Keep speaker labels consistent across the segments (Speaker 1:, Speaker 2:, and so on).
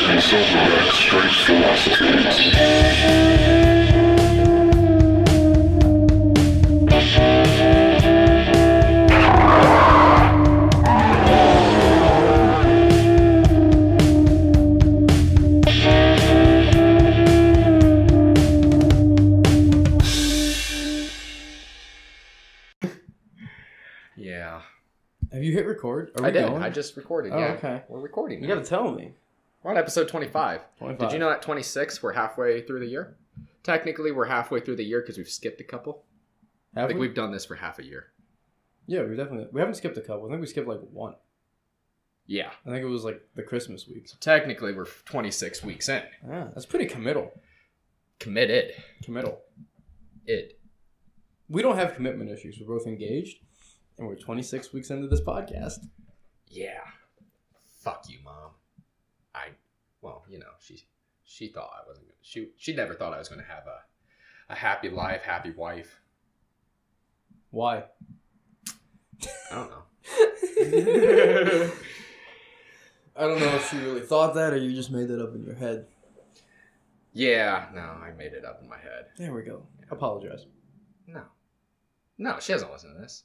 Speaker 1: Silverback strikes the last two.
Speaker 2: Yeah.
Speaker 3: Have you hit record? Are we
Speaker 2: I did.
Speaker 3: Going?
Speaker 2: I just recorded.
Speaker 3: Oh,
Speaker 2: yeah.
Speaker 3: okay.
Speaker 2: We're recording.
Speaker 3: You
Speaker 2: Now.
Speaker 3: gotta tell me.
Speaker 2: We're on episode 25.
Speaker 3: 25.
Speaker 2: Did you know at 26 we're halfway through the year? Technically, we're halfway through the year because we've skipped a couple. I
Speaker 3: Have
Speaker 2: think
Speaker 3: we?
Speaker 2: we've done this for half a year.
Speaker 3: Yeah, we definitely. We haven't skipped a couple. I think we skipped like one.
Speaker 2: Yeah.
Speaker 3: I think it was like the Christmas week.
Speaker 2: Technically, we're 26 weeks in.
Speaker 3: Ah, that's pretty committal.
Speaker 2: Committed.
Speaker 3: Committal.
Speaker 2: It.
Speaker 3: We don't have commitment issues. We're both engaged, and we're 26 weeks into this podcast.
Speaker 2: Yeah. Fuck you, mom. I. Well, you know, she. She thought I wasn't. Gonna, she. She never thought I was going to have a, a happy life, happy wife.
Speaker 3: Why?
Speaker 2: I don't know.
Speaker 3: I don't know if she really thought that, or you just made that up in your head.
Speaker 2: Yeah. No, I made it up in my head.
Speaker 3: There we go. Apologize.
Speaker 2: No. No, she doesn't listen to this.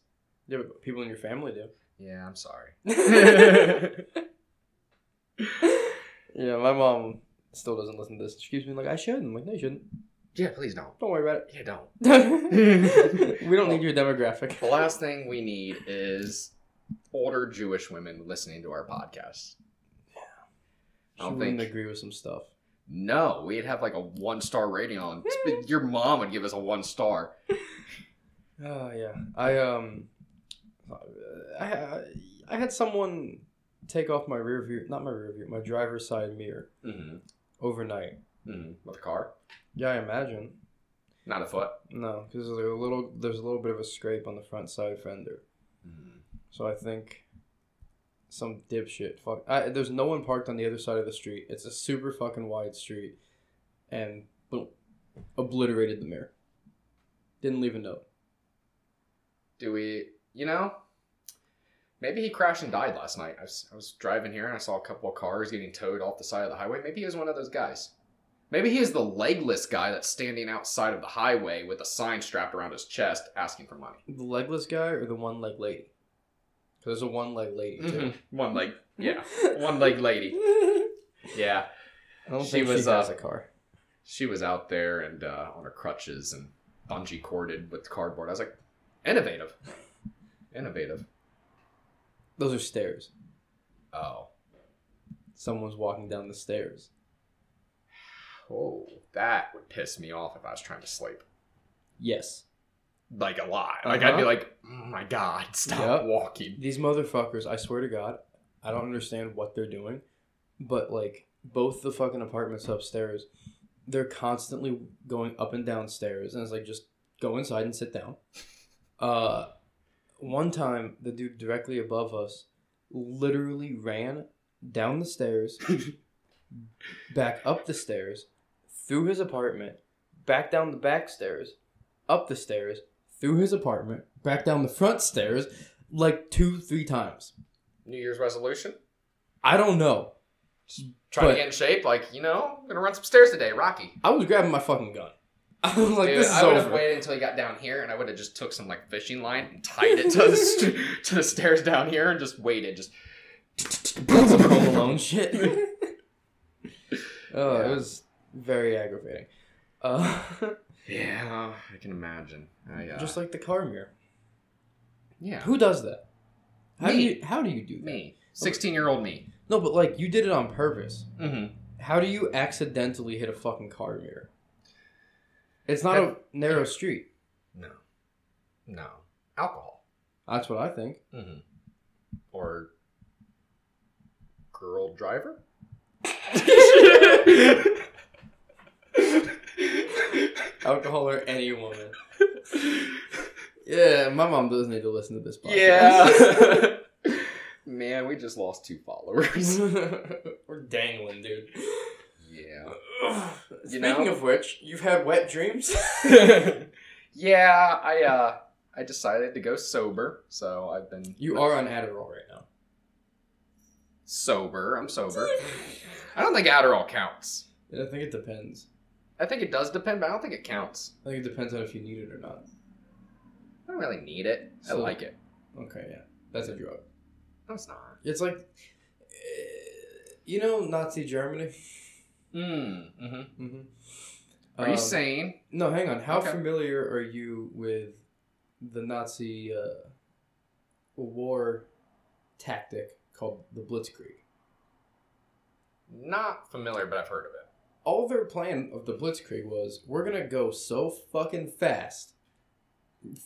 Speaker 3: Yeah, but people in your family do.
Speaker 2: Yeah, I'm sorry.
Speaker 3: yeah, my mom still doesn't listen to this. She keeps being like, I should. I'm like, no, you shouldn't.
Speaker 2: Yeah, please don't.
Speaker 3: Don't worry about
Speaker 2: Yeah, don't.
Speaker 3: it. we don't need your demographic.
Speaker 2: The last thing we need is older Jewish women listening to our podcast.
Speaker 3: She
Speaker 2: don't
Speaker 3: wouldn't
Speaker 2: think-
Speaker 3: agree with some stuff.
Speaker 2: No, we'd have like a one star rating on. Your mom would give us a one star.
Speaker 3: Oh, yeah. I, um, I, uh, I had someone take off my rear view, not my rear view, my driver's side mirror
Speaker 2: Mm-hmm.
Speaker 3: overnight.
Speaker 2: Mm-hmm. With a car,
Speaker 3: Yeah, I imagine.
Speaker 2: not a foot.
Speaker 3: No, because there's a little, there's a little bit of a scrape on the front side fender.
Speaker 2: Mm-hmm.
Speaker 3: So I think some dipshit. Fuck. I, there's no one parked on the other side of the street. It's a super fucking wide street, and boom, obliterated the mirror. Didn't leave a note.
Speaker 2: Do we? You know, maybe he crashed and died last night. I was, I was driving here and I saw a couple of cars getting towed off the side of the highway. Maybe he was one of those guys. Maybe he is the legless guy that's standing outside of the highway with a sign strapped around his chest asking for money.
Speaker 3: The legless guy or the one leg lady? 'Cause there's a one leg lady too.
Speaker 2: One leg, Mm-hmm. yeah, one leg lady, yeah.
Speaker 3: I don't
Speaker 2: She
Speaker 3: think
Speaker 2: was,
Speaker 3: she has
Speaker 2: uh,
Speaker 3: a car.
Speaker 2: She was out there and uh, on her crutches and bungee corded with cardboard. I was like, innovative, innovative.
Speaker 3: Those are stairs.
Speaker 2: Oh,
Speaker 3: Someone's walking down the stairs.
Speaker 2: oh, that would piss me off if I was trying to sleep.
Speaker 3: Yes.
Speaker 2: Like a lot. Like I'd be
Speaker 3: Uh-huh.
Speaker 2: like, oh my god, stop
Speaker 3: Yep.
Speaker 2: walking.
Speaker 3: These motherfuckers, I swear to God, I don't understand what they're doing, but like both the fucking apartments upstairs, they're constantly going up and down stairs, and it's like just go inside and sit down. Uh, one time, the dude directly above us literally ran down the stairs, back up the stairs, through his apartment, back down the back stairs, up the stairs, through his apartment, back down the front stairs, like two, three times.
Speaker 2: New Year's resolution.
Speaker 3: I don't know.
Speaker 2: Try
Speaker 3: But-
Speaker 2: to get in shape. Like you know, I'm gonna run some stairs today, Rocky.
Speaker 3: I was grabbing my fucking gun. I was like,
Speaker 2: Dude,
Speaker 3: this is
Speaker 2: I would have
Speaker 3: over.
Speaker 2: waited until he got down here, and I would have just took some like fishing line and tied it to the st- to the stairs down here, and just waited. Just
Speaker 3: That's some Home Alone shit. oh,
Speaker 2: Yeah.
Speaker 3: it was very aggravating. Uh,
Speaker 2: yeah, I can imagine. I, uh,
Speaker 3: Just like the car mirror.
Speaker 2: yeah,
Speaker 3: Who does that? How do
Speaker 2: Me.
Speaker 3: you how do you do that?
Speaker 2: me, sixteen year old me.
Speaker 3: No, but like you did it on purpose.
Speaker 2: Mm-hmm.
Speaker 3: How do you accidentally hit a fucking car mirror? It's not
Speaker 2: That-
Speaker 3: a narrow street.
Speaker 2: No, no, alcohol.
Speaker 3: That's what I think.
Speaker 2: Mm-hmm. Or girl driver.
Speaker 3: Alcohol or any woman. Yeah, my mom doesn't need to listen to this podcast.
Speaker 2: yeah. Man, we just lost two followers.
Speaker 3: We're dangling, dude.
Speaker 2: yeah. You
Speaker 3: Speaking
Speaker 2: know?
Speaker 3: of which, you've had wet dreams.
Speaker 2: yeah, I uh I decided to go sober, so I've been
Speaker 3: you are on Adderall right now.
Speaker 2: sober. I'm sober. I don't think Adderall counts.
Speaker 3: And I think it depends.
Speaker 2: I think it does depend, but I don't think it counts.
Speaker 3: I think it depends on if you need it or not.
Speaker 2: I don't really need it. I
Speaker 3: So-
Speaker 2: like it.
Speaker 3: Okay, yeah, that's a drug.
Speaker 2: No, it's not.
Speaker 3: It's like, eh, you know, Nazi Germany.
Speaker 2: Mm. hmm Um,
Speaker 3: Mm-hmm.
Speaker 2: Are you saying
Speaker 3: No, hang on. How
Speaker 2: Okay.
Speaker 3: familiar are you with the Nazi uh, war tactic called the Blitzkrieg?
Speaker 2: not familiar, but I've heard of it?
Speaker 3: All their plan of the Blitzkrieg was we're going to go so fucking fast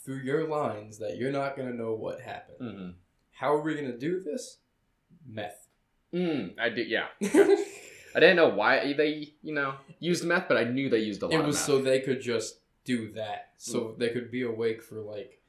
Speaker 3: through your lines that you're not going to know what happened.
Speaker 2: Mm-hmm.
Speaker 3: How are we going to do this? Meth.
Speaker 2: Mm, I do. Yeah,
Speaker 3: it
Speaker 2: I didn't know why they, you know, used meth, but I knew they used a lot. of Mm.
Speaker 3: was
Speaker 2: meth.
Speaker 3: so they could just do that. So they could be awake for like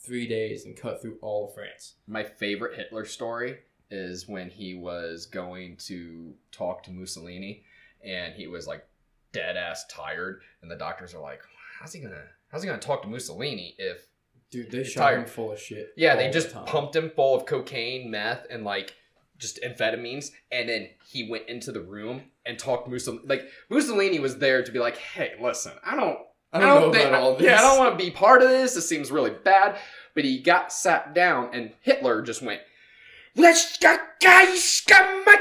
Speaker 3: three days and cut through all of France.
Speaker 2: My favorite Hitler story is when he was going to talk to Mussolini and he was like dead ass tired and the doctors are like, How's he gonna how's he gonna talk to Mussolini if
Speaker 3: Dude, they
Speaker 2: You're
Speaker 3: shot him
Speaker 2: tired.
Speaker 3: full of shit.
Speaker 2: Yeah,
Speaker 3: all
Speaker 2: they
Speaker 3: the
Speaker 2: just
Speaker 3: time.
Speaker 2: pumped him full of cocaine, meth, and like just amphetamines, and then he went into the room and talked Mussolini like Mussolini was there to be like, Hey, listen, I don't
Speaker 3: I don't, know
Speaker 2: think-
Speaker 3: about all this.
Speaker 2: Yeah, I don't want to be part of this. This seems really bad. But he got sat down, and Hitler just went, "Let's go, guys, come on."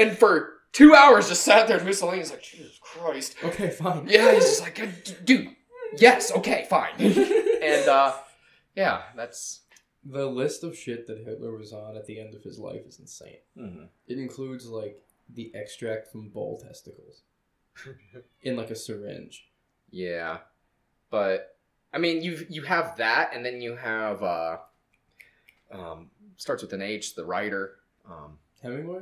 Speaker 2: and for two hours just sat there. And Mussolini's like, "Jesus Christ."
Speaker 3: Okay, fine.
Speaker 2: Yeah, he's just like, "Dude, yes, okay, fine." And uh, yeah, that's
Speaker 3: the list of shit that Hitler was on at the end of his life is insane.
Speaker 2: hmm,
Speaker 3: It includes like the extract from bull testicles in like a syringe.
Speaker 2: yeah. But I mean, you you have that, and then you have uh, um, starts with an H, the writer. Um,
Speaker 3: Hemingway?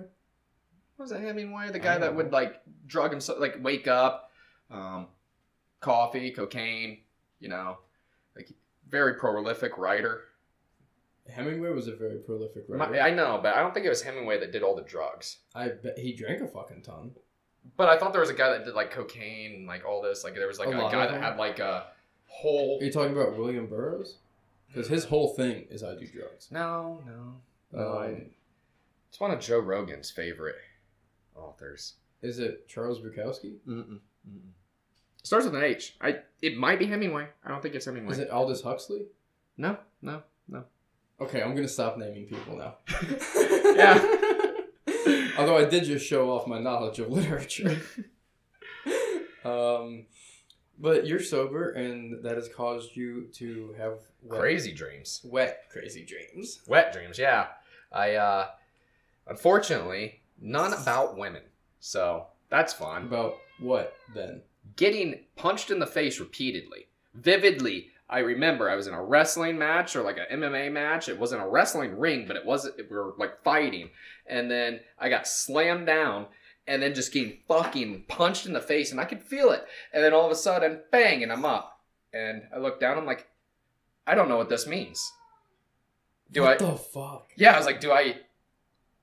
Speaker 2: What was that Hemingway? The
Speaker 3: I
Speaker 2: guy
Speaker 3: don't
Speaker 2: that would
Speaker 3: know.
Speaker 2: like drug himself, like wake up, um, coffee, cocaine, you know, like very prolific writer.
Speaker 3: Hemingway was a very prolific
Speaker 2: My-
Speaker 3: writer.
Speaker 2: I know, but I don't think it was Hemingway that did all the drugs.
Speaker 3: I bet he drank a fucking ton.
Speaker 2: But I thought there was a guy that did like cocaine and like all this. Like there was like
Speaker 3: A
Speaker 2: a,
Speaker 3: lot
Speaker 2: guy
Speaker 3: of
Speaker 2: that
Speaker 3: them.
Speaker 2: had like a
Speaker 3: Are
Speaker 2: whole.
Speaker 3: you talking about William Burroughs? Because his whole thing is I do drugs.
Speaker 2: No, no, no.
Speaker 3: Um,
Speaker 2: it's one of Joe Rogan's favorite authors.
Speaker 3: is it Charles Bukowski?
Speaker 2: Mm-mm, mm-mm. Starts with an H. I. It might be Hemingway. I don't think it's Hemingway.
Speaker 3: Is it Aldous Huxley?
Speaker 2: No, no, no.
Speaker 3: Okay, I'm gonna stop naming people now.
Speaker 2: yeah.
Speaker 3: Although I did just show off my knowledge of literature. um, but you're sober, and that has caused you to have wet,
Speaker 2: Crazy dreams.
Speaker 3: wet, crazy dreams.
Speaker 2: Wet dreams, yeah. I uh unfortunately none about women. So that's fun.
Speaker 3: About what then?
Speaker 2: Getting punched in the face repeatedly. Vividly, I remember I was in a wrestling match or like a MMA match. It wasn't a wrestling ring, but it was we were like fighting. And then I got slammed down and then just getting fucking punched in the face and I could feel it. And then all of a sudden, bang, and I'm up. And I look down, I'm like, I don't know what this means. Do
Speaker 3: what
Speaker 2: I
Speaker 3: the fuck?
Speaker 2: yeah, I was like, do I,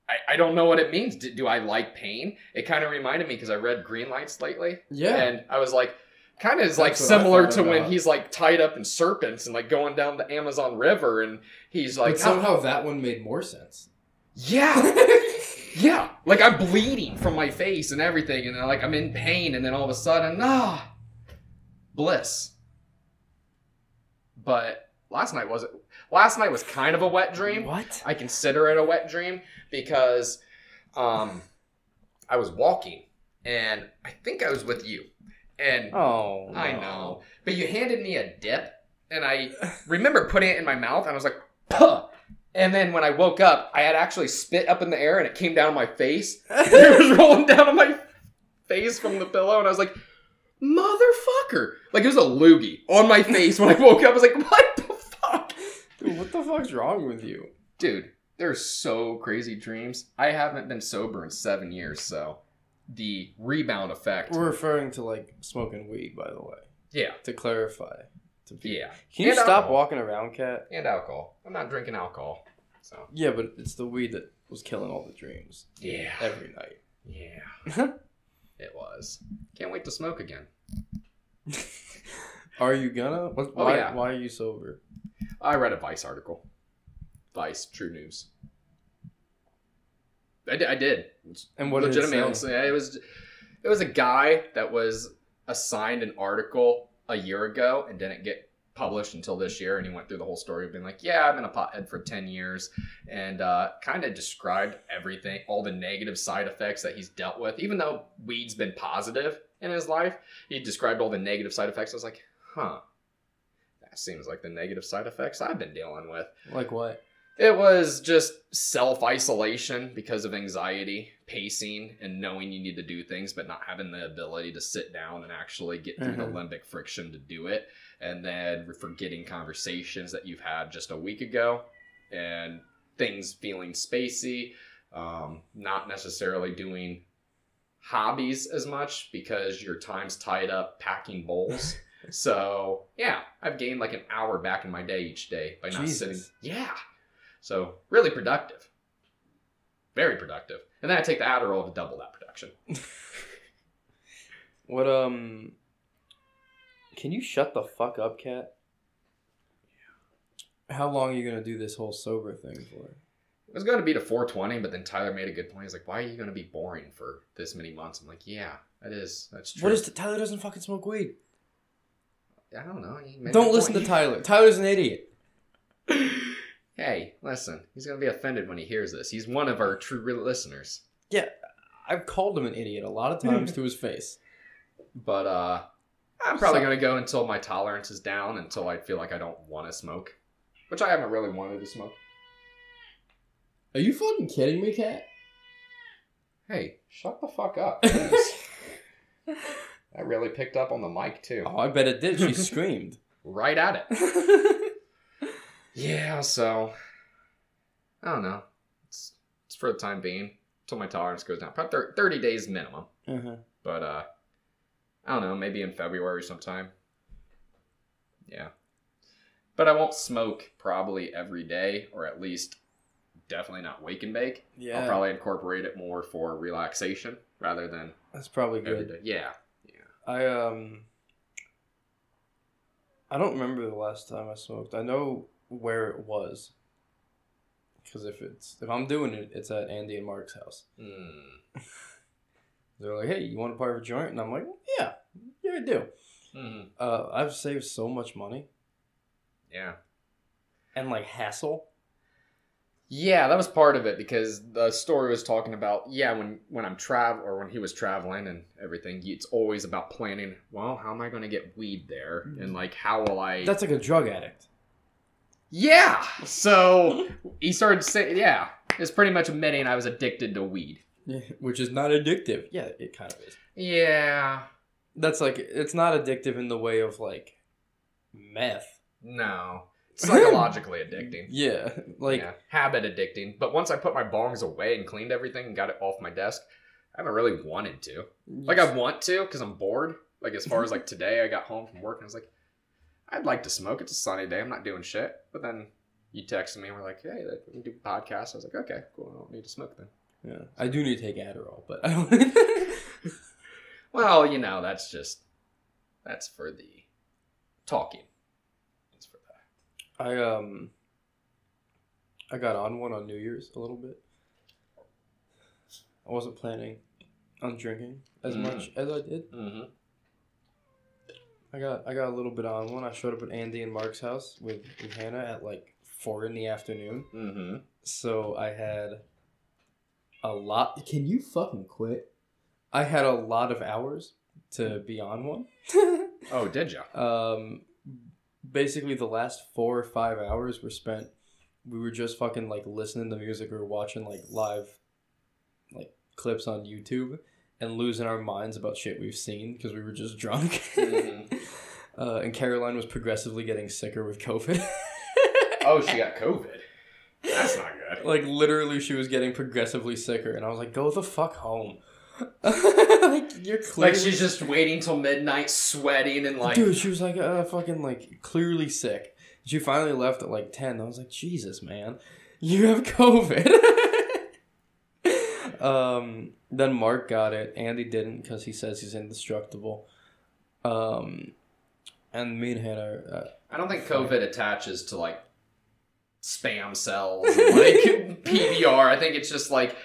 Speaker 2: I, I don't know what it means. Do, do I like pain? It kind of reminded me because I read Green Lights lately,
Speaker 3: Yeah.
Speaker 2: and I was like, kind of is like
Speaker 3: That's what I
Speaker 2: similar
Speaker 3: thought
Speaker 2: to when
Speaker 3: about.
Speaker 2: he's like tied up in serpents and like going down the Amazon River, and he's like, "Oh,
Speaker 3: but somehow that one made more sense.
Speaker 2: yeah, yeah, like I'm bleeding from my face and everything, and then like I'm in pain, and then all of a sudden, ah, bliss. But last night wasn't. Last night was kind of a wet dream.
Speaker 3: What?
Speaker 2: I consider it a wet dream because um, I was walking and I think I was with you. And
Speaker 3: Oh,
Speaker 2: I know. But you handed me a dip and I remember putting it in my mouth and I was like, puh. And then when I woke up, I had actually spit up in the air and it came down on my face. it was rolling down on my face from the pillow and I was like, motherfucker. Like it was a loogie on my face when I woke up. I was like, what the fuck?
Speaker 3: Dude, what the fuck's wrong with you?
Speaker 2: dude they're so crazy dreams i haven't been sober in seven years so the rebound effect
Speaker 3: We're referring to like smoking weed, by the way,
Speaker 2: yeah
Speaker 3: to clarify. To people.
Speaker 2: yeah
Speaker 3: Can you
Speaker 2: And
Speaker 3: stop
Speaker 2: alcohol.
Speaker 3: walking around, cat?
Speaker 2: and alcohol i'm not drinking alcohol so
Speaker 3: Yeah, but it's the weed that was killing all the dreams
Speaker 2: yeah
Speaker 3: every night.
Speaker 2: yeah it was can't wait to smoke again
Speaker 3: Are you gonna? What,
Speaker 2: Oh,
Speaker 3: why,
Speaker 2: yeah.
Speaker 3: why are you sober?
Speaker 2: i read a vice article vice true news I did. I did.
Speaker 3: And what
Speaker 2: legitimately,
Speaker 3: did it say?
Speaker 2: honestly, it was it was a guy that was assigned an article a year ago and didn't get published until this year, and he went through the whole story, being like, "Yeah, I've been a pothead for ten years," and uh, kind of described everything, all the negative side effects that he's dealt with, even though weed's been positive in his life. He described all the negative side effects. I was like, "Huh." That seems like the negative side effects I've been dealing with.
Speaker 3: Like what?
Speaker 2: It was just self isolation because of anxiety, pacing, and knowing you need to do things, but not having the ability to sit down and actually get through
Speaker 3: Mhm.
Speaker 2: the limbic friction to do it. And then forgetting conversations that you've had just a week ago and things feeling spacey, um, not necessarily doing hobbies as much because your time's tied up packing bowls. so, yeah, I've gained like an hour back in my day each day by not
Speaker 3: Jesus.
Speaker 2: sitting. Yeah. So really productive. Very productive. And then I take the Adderall to double that production.
Speaker 3: What um? Can you shut the fuck up, cat? How long are you gonna do this whole sober thing for?
Speaker 2: It was going to be to 420, but then Tyler made a good point. He's like, why are you going to be boring for this many months? I'm like, yeah, that is. That's true.
Speaker 3: What is the, Tyler doesn't fucking smoke weed.
Speaker 2: I don't know. he made a
Speaker 3: Don't
Speaker 2: good
Speaker 3: listen to
Speaker 2: point.
Speaker 3: Tyler. Tyler's an idiot.
Speaker 2: Hey, listen. He's going to be offended when he hears this. He's one of our true real listeners.
Speaker 3: I've called him an idiot a lot of times to his face.
Speaker 2: But uh I'm probably
Speaker 3: So-
Speaker 2: going to go until my tolerance is down, until I feel like I don't want to smoke, which I haven't really wanted to smoke.
Speaker 3: Are you fucking kidding me, cat?
Speaker 2: Hey, shut the fuck up. please. That really picked up on the mic too.
Speaker 3: Oh, I bet it did. She screamed.
Speaker 2: Right at it. Mm-hmm. Yeah, so I don't know. It's it's for the time being till my tolerance goes down. Probably thir- 30 days minimum.
Speaker 3: Uh-huh.
Speaker 2: But uh I don't know, maybe in February sometime. Yeah. But I won't smoke probably every day or at least definitely not wake and bake.
Speaker 3: Yeah,
Speaker 2: I'll probably incorporate it more for relaxation rather than
Speaker 3: that's probably
Speaker 2: every
Speaker 3: good.
Speaker 2: day. Yeah.
Speaker 3: I um, I don't remember the last time I smoked. I know where it was. Because if it's if I'm doing it, it's at Andy and Mark's house.
Speaker 2: Mm.
Speaker 3: They're like, "Hey, you want to part of a joint?" And I'm like, "Yeah, yeah, I do."
Speaker 2: Mhm.
Speaker 3: Uh, I've saved so much money
Speaker 2: Yeah.
Speaker 3: and like hassle.
Speaker 2: Yeah, that was part of it because the story was talking about yeah when when I'm travel or when he was traveling and everything, it's always about planning. Well, how am I going to get weed there,
Speaker 3: Mm-hmm.
Speaker 2: and like how will I?
Speaker 3: That's like a drug addict.
Speaker 2: yeah. So he started saying yeah, it's pretty much admitting I was addicted to weed.
Speaker 3: Yeah, which is not addictive. Yeah, it kind of is.
Speaker 2: Yeah.
Speaker 3: That's like it's not addictive in the way of like meth.
Speaker 2: No. Psychologically addicting.
Speaker 3: Yeah, like
Speaker 2: yeah, habit addicting. But once I put my bongs away and cleaned everything and got it off my desk, I haven't really wanted to. Like I want to because I'm bored. Like as far as like today, I got home from work and I was like, I'd like to smoke. It's a sunny day. I'm not doing shit. But then you texted me and we're like, hey, like, we can do a podcast. I was like, okay, cool. I don't need to smoke then.
Speaker 3: Yeah, I do need to take Adderall, but I don't.
Speaker 2: Well, you know, that's just that's for the talking. That's for that.
Speaker 3: I um, I got on one on New Year's a little bit. I wasn't planning on drinking as
Speaker 2: Mm.
Speaker 3: much as I did.
Speaker 2: Mm-hmm.
Speaker 3: I got I got a little bit on one. I showed up at Andy and Mark's house with, with Hannah at like four in the afternoon.
Speaker 2: Mm-hmm.
Speaker 3: So I had a lot. Can you fucking quit? I had a lot of hours to be on one.
Speaker 2: Oh, did ya?
Speaker 3: um basically the last four or five hours were spent we were just fucking like listening to music or watching like live like clips on youtube and losing our minds about shit we've seen because we were just drunk
Speaker 2: Mhm.
Speaker 3: uh, and caroline was progressively getting sicker with covid
Speaker 2: Oh, she got COVID. That's not good.
Speaker 3: like literally she was getting progressively sicker and i was like go the fuck home like you're clearly
Speaker 2: Like she's just waiting till midnight, sweating and like.
Speaker 3: dude she was like uh, fucking like clearly sick she finally left at like 10 i was like jesus man you have covid um then mark got it andy didn't because he says he's indestructible um and me and hannah uh,
Speaker 2: I don't think COVID attaches to like spam cells, and, like PBR. I think it's just like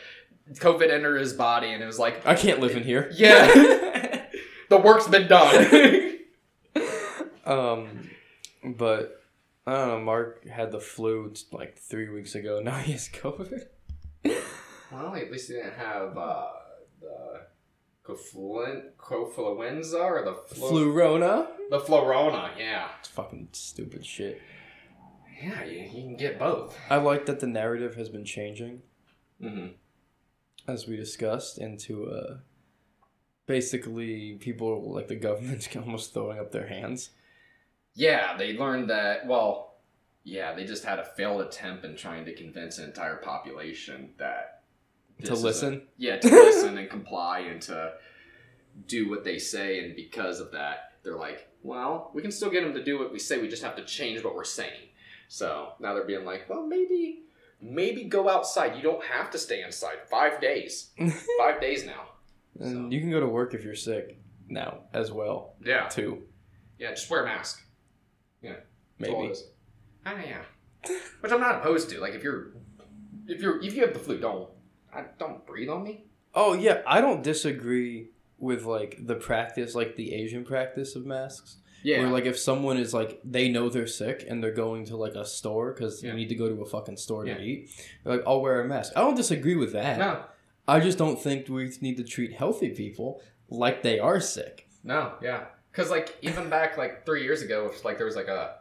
Speaker 2: COVID entered his body and it was like,
Speaker 3: I can't live in here.
Speaker 2: yeah, the work's been done.
Speaker 3: Um, but I don't know. Mark had the flu t- like three weeks ago. Now he has COVID.
Speaker 2: well, at least he didn't have uh, the cofluent, cofluenza or the flu,
Speaker 3: Flurona.
Speaker 2: the florona. Yeah,
Speaker 3: It's fucking stupid shit.
Speaker 2: yeah, you, you can get both.
Speaker 3: I like that the narrative has been changing,
Speaker 2: Mm-hmm.
Speaker 3: as we discussed, into uh, basically people like the government's almost throwing up their hands.
Speaker 2: Yeah, they learned that. Well, yeah, they just had a failed attempt in trying to convince an entire population that
Speaker 3: to
Speaker 2: this is a-
Speaker 3: listen.
Speaker 2: yeah, to listen and comply and to do what they say. And because of that, they're like, well, we can still get them to do what we say. We just have to change what we're saying. So now they're being like, well, maybe, maybe go outside. You don't have to stay inside. Five days. Five days now.
Speaker 3: and you can go to work if you're sick now as well,
Speaker 2: Yeah.
Speaker 3: too.
Speaker 2: Yeah. Just wear a mask. That's all it
Speaker 3: Maybe.
Speaker 2: is. Ah, yeah. Which I'm not opposed to. Like if you're, if you're, if you have the flu, don't, I, don't breathe on me.
Speaker 3: Oh yeah, I don't disagree with like the practice, like the Asian practice of masks.
Speaker 2: Yeah.
Speaker 3: Where like if someone is like they know they're sick and they're going to like a store because
Speaker 2: Yeah.
Speaker 3: you need to go to a fucking store
Speaker 2: Yeah.
Speaker 3: to eat, they're like I'll wear a mask. I don't disagree with that.
Speaker 2: no,
Speaker 3: I just don't think we need to treat healthy people like they are sick.
Speaker 2: no, yeah. Because like even back like three years ago, if like there was like a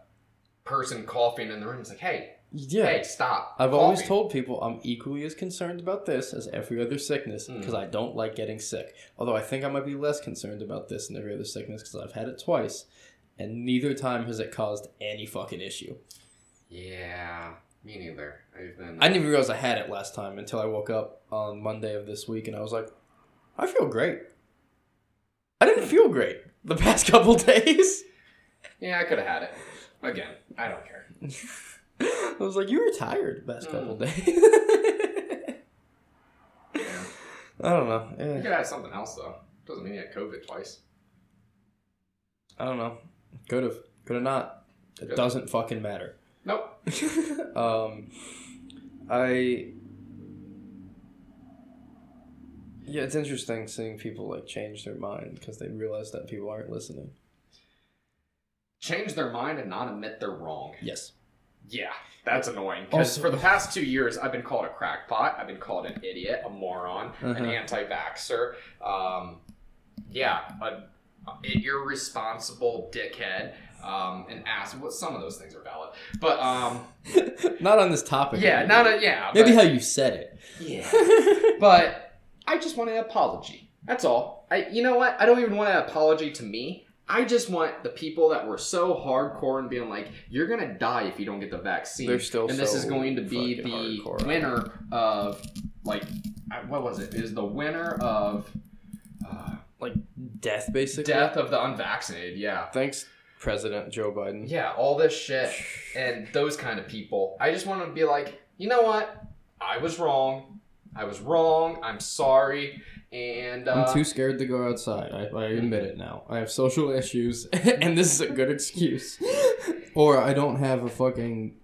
Speaker 2: person coughing in the room, it's like, hey,
Speaker 3: Yeah.
Speaker 2: hey, stop.
Speaker 3: I've always
Speaker 2: coughing.
Speaker 3: told people I'm equally as concerned about this as every other sickness
Speaker 2: Mm.
Speaker 3: because I don't like getting sick. Although I think I might be less concerned about this than every other sickness because I've had it twice, and neither time has it caused any fucking issue.
Speaker 2: Yeah, me neither. I've been.
Speaker 3: I didn't even realize I had it last time until I woke up on Monday of this week and I was like, I feel great. I didn't feel great the past couple days.
Speaker 2: Yeah, I could have had it. Again, I don't care.
Speaker 3: I was like, you were tired the past couple days.
Speaker 2: Yeah.
Speaker 3: I don't know. Eh.
Speaker 2: You could have something else though. Doesn't mean you had COVID twice.
Speaker 3: I don't know. Could have. Could have not. It
Speaker 2: Could've.
Speaker 3: doesn't fucking matter.
Speaker 2: Nope.
Speaker 3: um, I. Yeah, it's interesting seeing people like change their mind because they realize that people aren't listening.
Speaker 2: Change their mind and not admit they're wrong.
Speaker 3: Yes.
Speaker 2: Yeah, that's annoying. Because
Speaker 3: Also-
Speaker 2: for the past two years, I've been called a crackpot. I've been called an idiot, a moron,
Speaker 3: Uh-huh.
Speaker 2: an anti-vaxxer. Um, yeah, a, an irresponsible dickhess, um, an ass. Well, some of those things are valid, but um,
Speaker 3: not on this topic.
Speaker 2: yeah, not a yeah.
Speaker 3: Maybe
Speaker 2: but,
Speaker 3: how you said
Speaker 2: yeah.
Speaker 3: it.
Speaker 2: But I just want an apology. That's all. I you know what? I don't even want an apology to me. I just want the people that were so hardcore and being like, "You're gonna die if you don't get the vaccine."
Speaker 3: They're still
Speaker 2: and this
Speaker 3: so
Speaker 2: is going to be
Speaker 3: fucking
Speaker 2: the
Speaker 3: hardcore.
Speaker 2: winner of like, I- what was it? Is the winner of uh,
Speaker 3: like death, basically.
Speaker 2: death of the unvaccinated? Yeah,
Speaker 3: Thanks, President Joe Biden.
Speaker 2: yeah. All this shit and those kind of people. I just want to be like, you know what? I was wrong. I was wrong. I'm sorry. And uh,
Speaker 3: I'm too scared to go outside. I, I admit it now. I have social issues, and this is a good excuse. or I don't have a fucking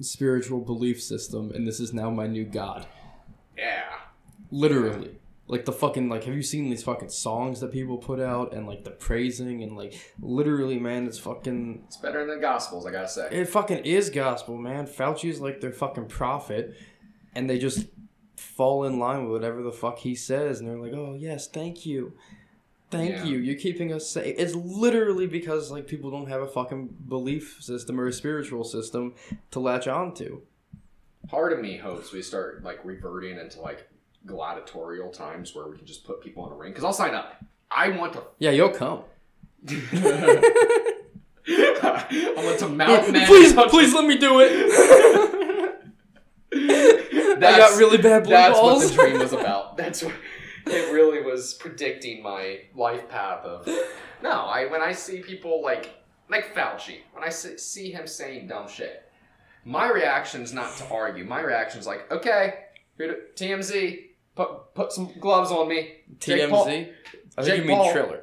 Speaker 3: spiritual belief system, and this is now my new god.
Speaker 2: uh, yeah.
Speaker 3: Literally. Like the fucking like have you seen these fucking songs that people put out and like the praising and like literally man it's fucking
Speaker 2: It's better than the Gospels, I gotta say.
Speaker 3: it fucking is gospel, man. Fauci is like their fucking prophet and they just fall in line with whatever the fuck he says and they're like, "Oh, yes, thank you." Thank
Speaker 2: Yeah.
Speaker 3: you. You're keeping us safe. It's literally because like people don't have a fucking belief system or a spiritual system to latch on to.
Speaker 2: Part of me hopes we start like reverting into like gladiatorial times where we can just put people in a ring. Because I'll sign up. I want to.
Speaker 3: Yeah, you'll come.
Speaker 2: I want to mount men.
Speaker 3: please, please let me do it. I
Speaker 2: That's-
Speaker 3: got really bad blue
Speaker 2: That's
Speaker 3: balls.
Speaker 2: what the dream was about. That's what it really was predicting my life path of. No, I when I see people like like Fauci, when I see, see him saying dumb shit, my reaction's not to argue. My reaction's like, okay, here to, TMZ, put put some gloves on me. Jake Paul-
Speaker 3: TMZ. I think
Speaker 2: Jake
Speaker 3: you mean
Speaker 2: Paul.
Speaker 3: Triller.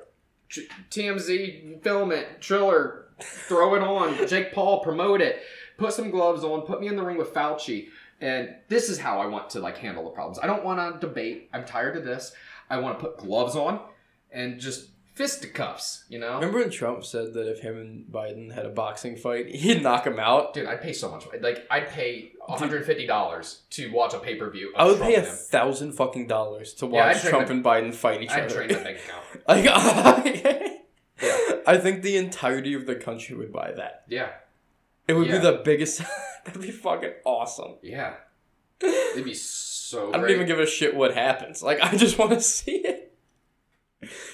Speaker 2: Tr- TMZ, film it, Triller, throw it on. Jake Paul, promote it. Put some gloves on. Put me in the ring with Fauci. And this is how I want to like handle the problems. I don't want to debate. I'm tired of this. I want to put gloves on and just fisticuffs. You know,
Speaker 3: Remember when Trump said that if him and Biden had a boxing fight, he'd knock him out?
Speaker 2: dude, I'd pay so much. Like I'd pay 150 dollars to watch a pay per view.
Speaker 3: I would pay a thousand fucking dollars to
Speaker 2: Yeah, I'd
Speaker 3: watch
Speaker 2: train
Speaker 3: Trump
Speaker 2: the-
Speaker 3: and Biden fight each
Speaker 2: I'd
Speaker 3: other.
Speaker 2: drain the bank account.
Speaker 3: like, I,
Speaker 2: Yeah.
Speaker 3: think the entirety of the country would buy that.
Speaker 2: Yeah,
Speaker 3: It would
Speaker 2: Yeah.
Speaker 3: be the biggest. that'd be fucking awesome.
Speaker 2: yeah. It'd be so.
Speaker 3: I don't
Speaker 2: great.
Speaker 3: even give a shit what happens. Like, I just want to see it.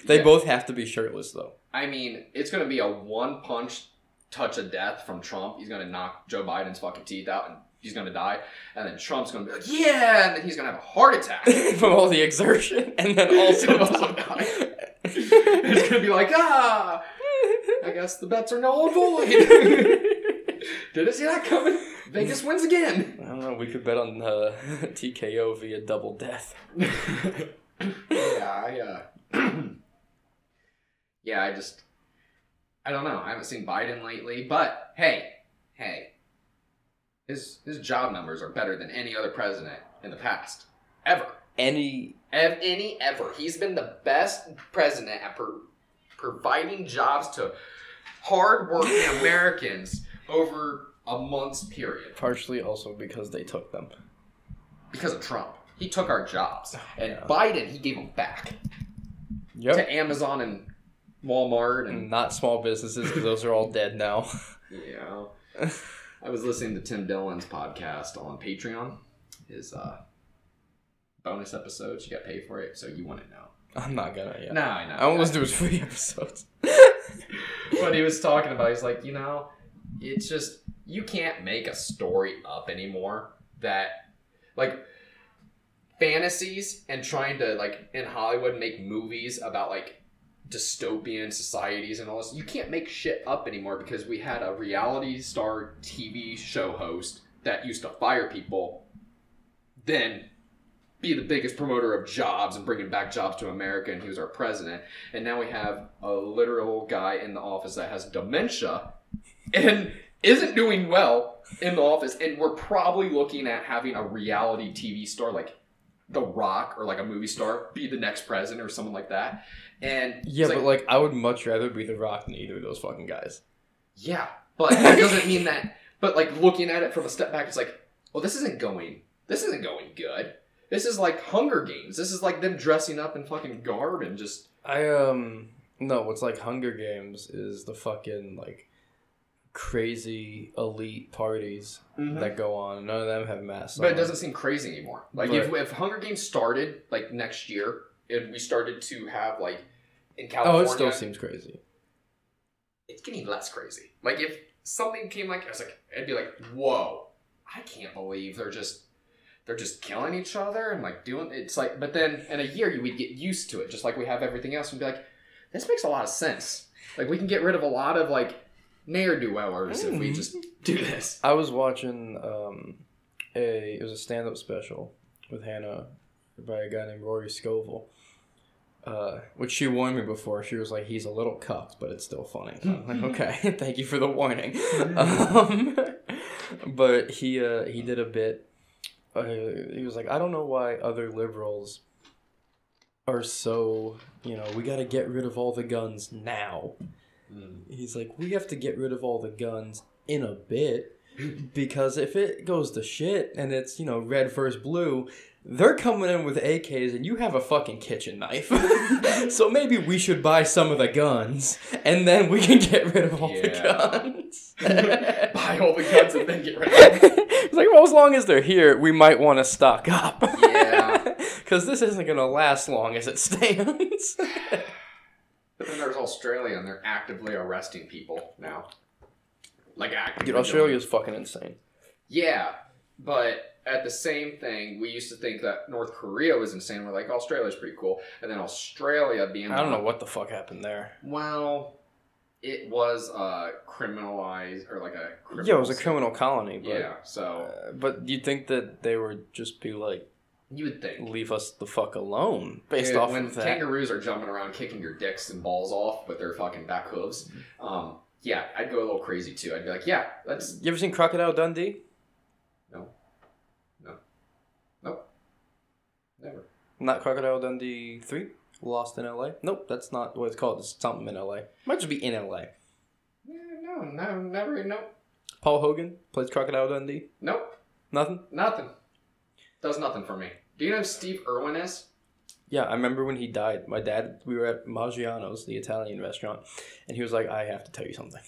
Speaker 3: They
Speaker 2: Yeah.
Speaker 3: both have to be shirtless though.
Speaker 2: I mean, it's going to be a one punch touch of death from Trump. He's going to knock Joe Biden's fucking teeth out and he's going to die. And then Trump's going to be like, yeah. And then he's going to have a heart attack.
Speaker 3: From all the exertion and then also.
Speaker 2: And also it's going to be like, ah, I guess the bets are null and void. Did it see that coming? Vegas wins again.
Speaker 3: I don't know. We could bet on uh, TKO via double death.
Speaker 2: yeah, I, uh, yeah, I just, I don't know. I haven't seen Biden lately, but hey, hey, his his job numbers are better than any other president in the past, ever,
Speaker 3: Any
Speaker 2: Ev- any ever. He's been the best president at pro- providing jobs to hardworking Americans over a month's period
Speaker 3: partially also because they took them.
Speaker 2: because of Trump. He took our jobs, and
Speaker 3: Yeah.
Speaker 2: Biden he gave them back.
Speaker 3: Yep.
Speaker 2: to Amazon and Walmart and
Speaker 3: Not small businesses because those are all dead now.
Speaker 2: yeah. I was listening to Tim Dillon's podcast on Patreon. His uh, bonus episodes, you got paid for it, so you wouldn't know.
Speaker 3: I'm not gonna. Yeah.
Speaker 2: No, I know.
Speaker 3: I won't listen to his free episodes.
Speaker 2: But he was talking about, he's like, you know, it's just you can't make a story up anymore that like fantasies and trying to like in Hollywood make movies about like dystopian societies and all this. You can't make shit up anymore because we had a reality star TV show host that used to fire people, then be the biggest promoter of jobs and bringing back jobs to America, and he was our president. And now we have a literal guy in the office that has dementia and isn't doing well in the office, and we're probably looking at having a reality TV star like. The Rock or like a movie star be the next president or someone like that, and it's
Speaker 3: Yeah, but like I would much rather be the Rock than either of those fucking guys.
Speaker 2: yeah, but that doesn't mean that. But like looking at it from a step back, it's like, well, this isn't going. This isn't going good. This is like Hunger Games. This is like them dressing up in fucking garb and just
Speaker 3: I um no, what's like Hunger Games is the fucking like crazy elite parties that go on. None of them have masks.
Speaker 2: Mm-hmm. But it
Speaker 3: on.
Speaker 2: doesn't seem crazy anymore. Like if, if Hunger Games started like next year and we started to have like in
Speaker 3: Oh,
Speaker 2: California,
Speaker 3: it still seems crazy.
Speaker 2: it's getting less crazy. Like if something came like I was like I'd be like, whoa, I can't believe they're just they're just killing each other and like doing it's like but then in a year you would get used to it, just like we have everything else and be like, this makes a lot of sense. Like we can get rid of a lot of like ne'er do wellers if we
Speaker 3: Mhm.
Speaker 2: just do this.
Speaker 3: I was watching um a it was a stand up special with Hannah by a guy named Rory Scovel. Uh, which she warned me before. She was like, "He's a little cucked, but it's still funny." I'm like, "Okay, thank you for the warning." um, but he uh, he did a bit. Uh, he was like, "I don't know why other liberals are so you know we got to get rid of all the guns now." He's like, we have to get rid of all the guns in a bit because if it goes to shit and it's you know red versus blue, they're coming in with AKs and you have a fucking kitchen knife. so maybe we should buy some of the guns and then we can get rid of all the
Speaker 2: Yeah.
Speaker 3: guns.
Speaker 2: Buy all the guns and then get rid of them.
Speaker 3: It's like, well, as long as they're here, we might want to stock up.
Speaker 2: Yeah.
Speaker 3: Because this isn't going to last long as it stands.
Speaker 2: But then there's Australia, and they're actively arresting people now. Like actively.
Speaker 3: Dude,
Speaker 2: doing
Speaker 3: Australia
Speaker 2: it.
Speaker 3: is fucking insane.
Speaker 2: Yeah, but at the same thing, we used to think that North Korea was insane. We're like, Australia's pretty cool, and then Australia being.
Speaker 3: I don't know what the fuck happened there.
Speaker 2: Well, it was uh, criminalized or like a. Criminal
Speaker 3: Yeah, it was a criminal colony, but
Speaker 2: Yeah, so
Speaker 3: uh, but you'd think that they would just be like,
Speaker 2: you would think.
Speaker 3: "Leave us the fuck alone," based
Speaker 2: Dude,
Speaker 3: off
Speaker 2: when
Speaker 3: of that.
Speaker 2: kangaroos are jumping around kicking your dicks and balls off with their fucking back hooves, um, yeah, I'd go a little crazy too. I'd be like, yeah, let's
Speaker 3: you ever seen Crocodile Dundee?
Speaker 2: No. Never.
Speaker 3: Not Crocodile Dundee 3? Lost in LA? Nope, that's not what it's called. It's something in LA. Might just be in LA.
Speaker 2: Yeah, no, no, never. Nope.
Speaker 3: Paul Hogan plays Crocodile Dundee.
Speaker 2: Nope.
Speaker 3: Nothing?
Speaker 2: Nothing. Does nothing for me. Do you know who Steve Irwin is?
Speaker 3: Yeah, I remember when he died. My dad, we were at Maggiano's, the Italian restaurant, and he was like, I have to tell you something.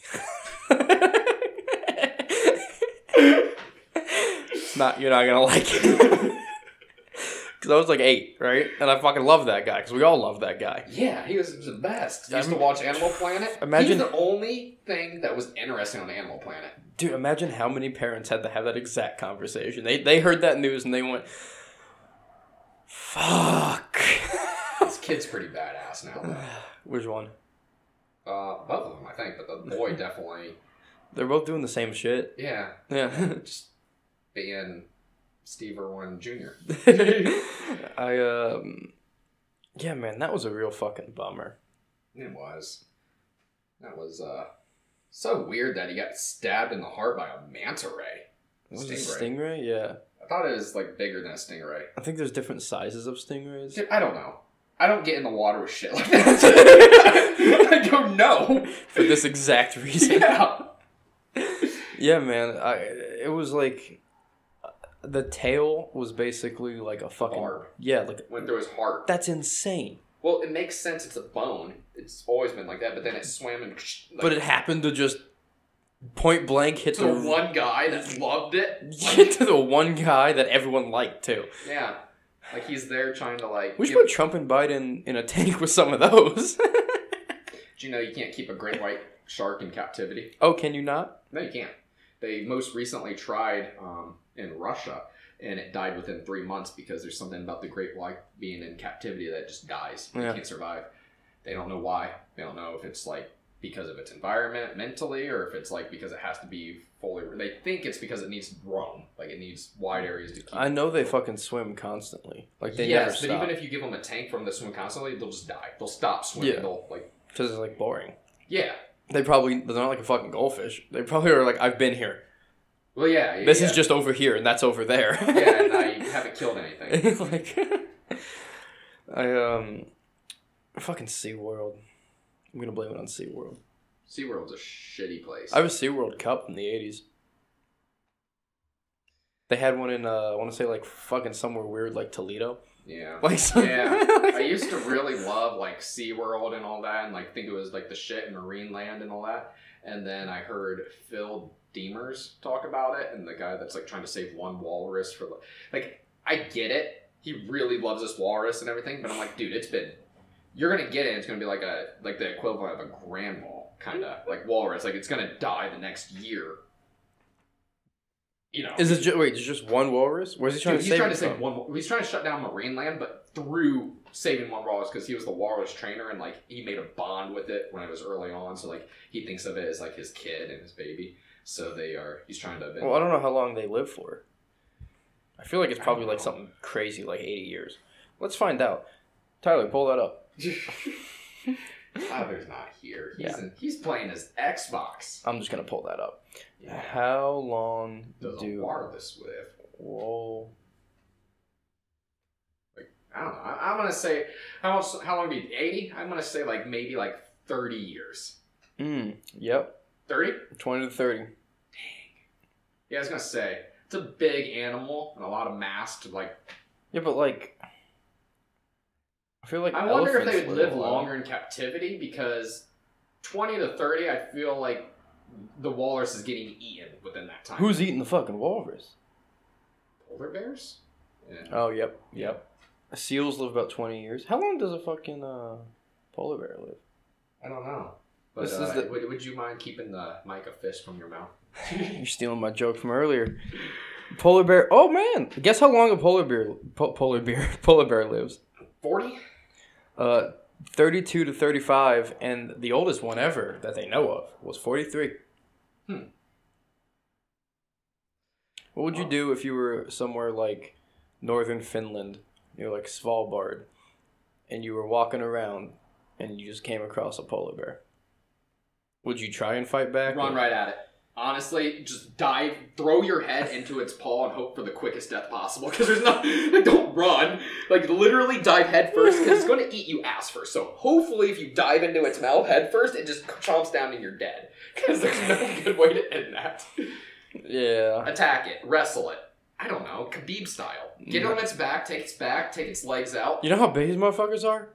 Speaker 3: It's not, you're not gonna like it. Because I was like eight, right? And I fucking love that guy, because we all love that guy.
Speaker 2: Yeah, he was the best. I used to
Speaker 3: I'm-
Speaker 2: watch Animal Planet.
Speaker 3: Imagine-
Speaker 2: He's the only thing that was interesting on Animal Planet.
Speaker 3: Dude, imagine how many parents had to have that exact conversation. They, they heard that news and they went, fuck.
Speaker 2: This kid's pretty badass now. though.
Speaker 3: Which one?
Speaker 2: Uh, both of them, I think, but the boy definitely.
Speaker 3: They're both doing the same shit.
Speaker 2: Yeah,
Speaker 3: Yeah.
Speaker 2: just being Steve Irwin Jr.
Speaker 3: I um yeah man that was a real fucking bummer
Speaker 2: It was. That was uh so weird that he got stabbed in the heart by a manta ray.
Speaker 3: was
Speaker 2: Stingray.
Speaker 3: it stingray yeah
Speaker 2: I thought it was like bigger than a stingray.
Speaker 3: I think there's different sizes of stingrays
Speaker 2: Dude, I don't know. I don't get in the water with shit like that. I don't know.
Speaker 3: for this exact reason
Speaker 2: Yeah.
Speaker 3: yeah man I it was like uh, the tail was basically like a fucking
Speaker 2: Barb.
Speaker 3: yeah like
Speaker 2: Went through his heart.
Speaker 3: that's insane
Speaker 2: Well, it makes sense. It's a bone. It's always been like that, but then it swam and. Like,
Speaker 3: but it happened to just point blank hit
Speaker 2: to the one guy that loved it.
Speaker 3: hit to the one guy that everyone liked too
Speaker 2: Yeah. Like he's there trying to like.
Speaker 3: we
Speaker 2: give-
Speaker 3: should put Trump and Biden in a tank with some of those
Speaker 2: Do you know you can't keep a great white shark in captivity?
Speaker 3: oh can you not
Speaker 2: No, you can't. They most recently tried um, in Russia, and it died within three months because there's something about the great white being in captivity that just dies. It
Speaker 3: Yeah.
Speaker 2: can't survive. They don't know why. They don't know if it's like because of its environment mentally, or if it's like because it has to be fully. They think it's because it needs roam, like it needs wide areas to keep.
Speaker 3: I know they fucking swim constantly. Like they
Speaker 2: yes,
Speaker 3: never
Speaker 2: but
Speaker 3: stop
Speaker 2: even if you give them a tank from the swim constantly, they'll just die. They'll stop swimming.
Speaker 3: Yeah.
Speaker 2: They'll like
Speaker 3: because it's like boring.
Speaker 2: yeah.
Speaker 3: They probably they're not like a fucking goldfish. They probably are like I've been here.
Speaker 2: Well, yeah. yeah
Speaker 3: This
Speaker 2: yeah.
Speaker 3: is just over here and that's over there.
Speaker 2: yeah, and I haven't killed anything.
Speaker 3: like I um fucking SeaWorld. I'm gonna blame it on SeaWorld.
Speaker 2: SeaWorld's a shitty place.
Speaker 3: I was SeaWorld Cup in the eighties. They had one in uh I wanna say like fucking somewhere weird like Toledo.
Speaker 2: yeah.
Speaker 3: Like some-
Speaker 2: Yeah. I used to really love like SeaWorld and all that and like think it was like the shit in Marine Land and all that. And then I heard Phil Demers talk about it and the guy that's like trying to save one walrus for the- like I get it. He really loves this walrus and everything, but I'm like, dude, it's been you're gonna get it, and it's gonna be like a like the equivalent of a grand mal kinda like walrus. Like it's gonna die the next year. You know.
Speaker 3: Is it just wait, is just one walrus? Where's he trying
Speaker 2: Dude,
Speaker 3: to
Speaker 2: he's
Speaker 3: save
Speaker 2: trying
Speaker 3: it
Speaker 2: to save
Speaker 3: from?
Speaker 2: one. He's trying to shut down Marineland, but through saving one walrus because he was the walrus trainer and like he made a bond with it when it was early on. So like he thinks of it as like his kid and his baby. So they are. He's trying to.
Speaker 3: Well, I don't know how long they live for. I feel like it's
Speaker 2: I
Speaker 3: probably
Speaker 2: don't
Speaker 3: like
Speaker 2: know.
Speaker 3: something crazy, like 80 years. Let's find out. Tyler, pull that up.
Speaker 2: Tyler's not here. He's in, he's playing his Xbox.
Speaker 3: I'm just going to pull that up.
Speaker 2: Yeah.
Speaker 3: How long
Speaker 2: Does a
Speaker 3: do
Speaker 2: walrus live?
Speaker 3: wall.
Speaker 2: I don't know. I, I'm gonna say how much, How long do you? Eighty? I'm gonna say like maybe like thirty years.
Speaker 3: Mm, yep,
Speaker 2: Thirty?
Speaker 3: 20 to 30.
Speaker 2: Yeah, I was gonna say it's a big animal and a lot of mass to like
Speaker 3: Yeah, but like. I feel like.
Speaker 2: I wonder if they
Speaker 3: elephants
Speaker 2: would live
Speaker 3: a while.
Speaker 2: longer in captivity because 20 to 30, I feel like the walrus is getting eaten within that time.
Speaker 3: Who's eating the fucking walrus?
Speaker 2: polar bears? Yeah.
Speaker 3: Oh, yep, yep. Seals live about 20 years. How long does a fucking uh, polar bear live?
Speaker 2: I don't know. But
Speaker 3: This is
Speaker 2: uh,
Speaker 3: the-
Speaker 2: would, would you mind keeping the mic a fist from your mouth?
Speaker 3: You're stealing my joke from earlier. Polar bear. Oh man, guess how long a polar bear po- polar bear polar bear lives?
Speaker 2: 40?
Speaker 3: Uh, thirty-two to thirty-five, and the oldest one ever that they know of was forty-three.
Speaker 2: Hmm.
Speaker 3: What would you do if you were somewhere like northern Finland, you know, like Svalbard, and you were walking around and you just came across a polar bear? Would you try and fight back?
Speaker 2: Run
Speaker 3: or-
Speaker 2: right at it. Honestly, just dive, throw your head into its paw, and hope for the quickest death possible. Because there's not, like, don't run. Like, literally dive head first because it's going to eat you ass first. So hopefully, if you dive into its mouth head first, it just chomps down and you're dead. Because there's no good way to end that.
Speaker 3: Yeah.
Speaker 2: Attack it, wrestle it. I don't know, Khabib style. Get
Speaker 3: Yeah.
Speaker 2: on its back, take its back, take its legs out.
Speaker 3: You know how big these motherfuckers are?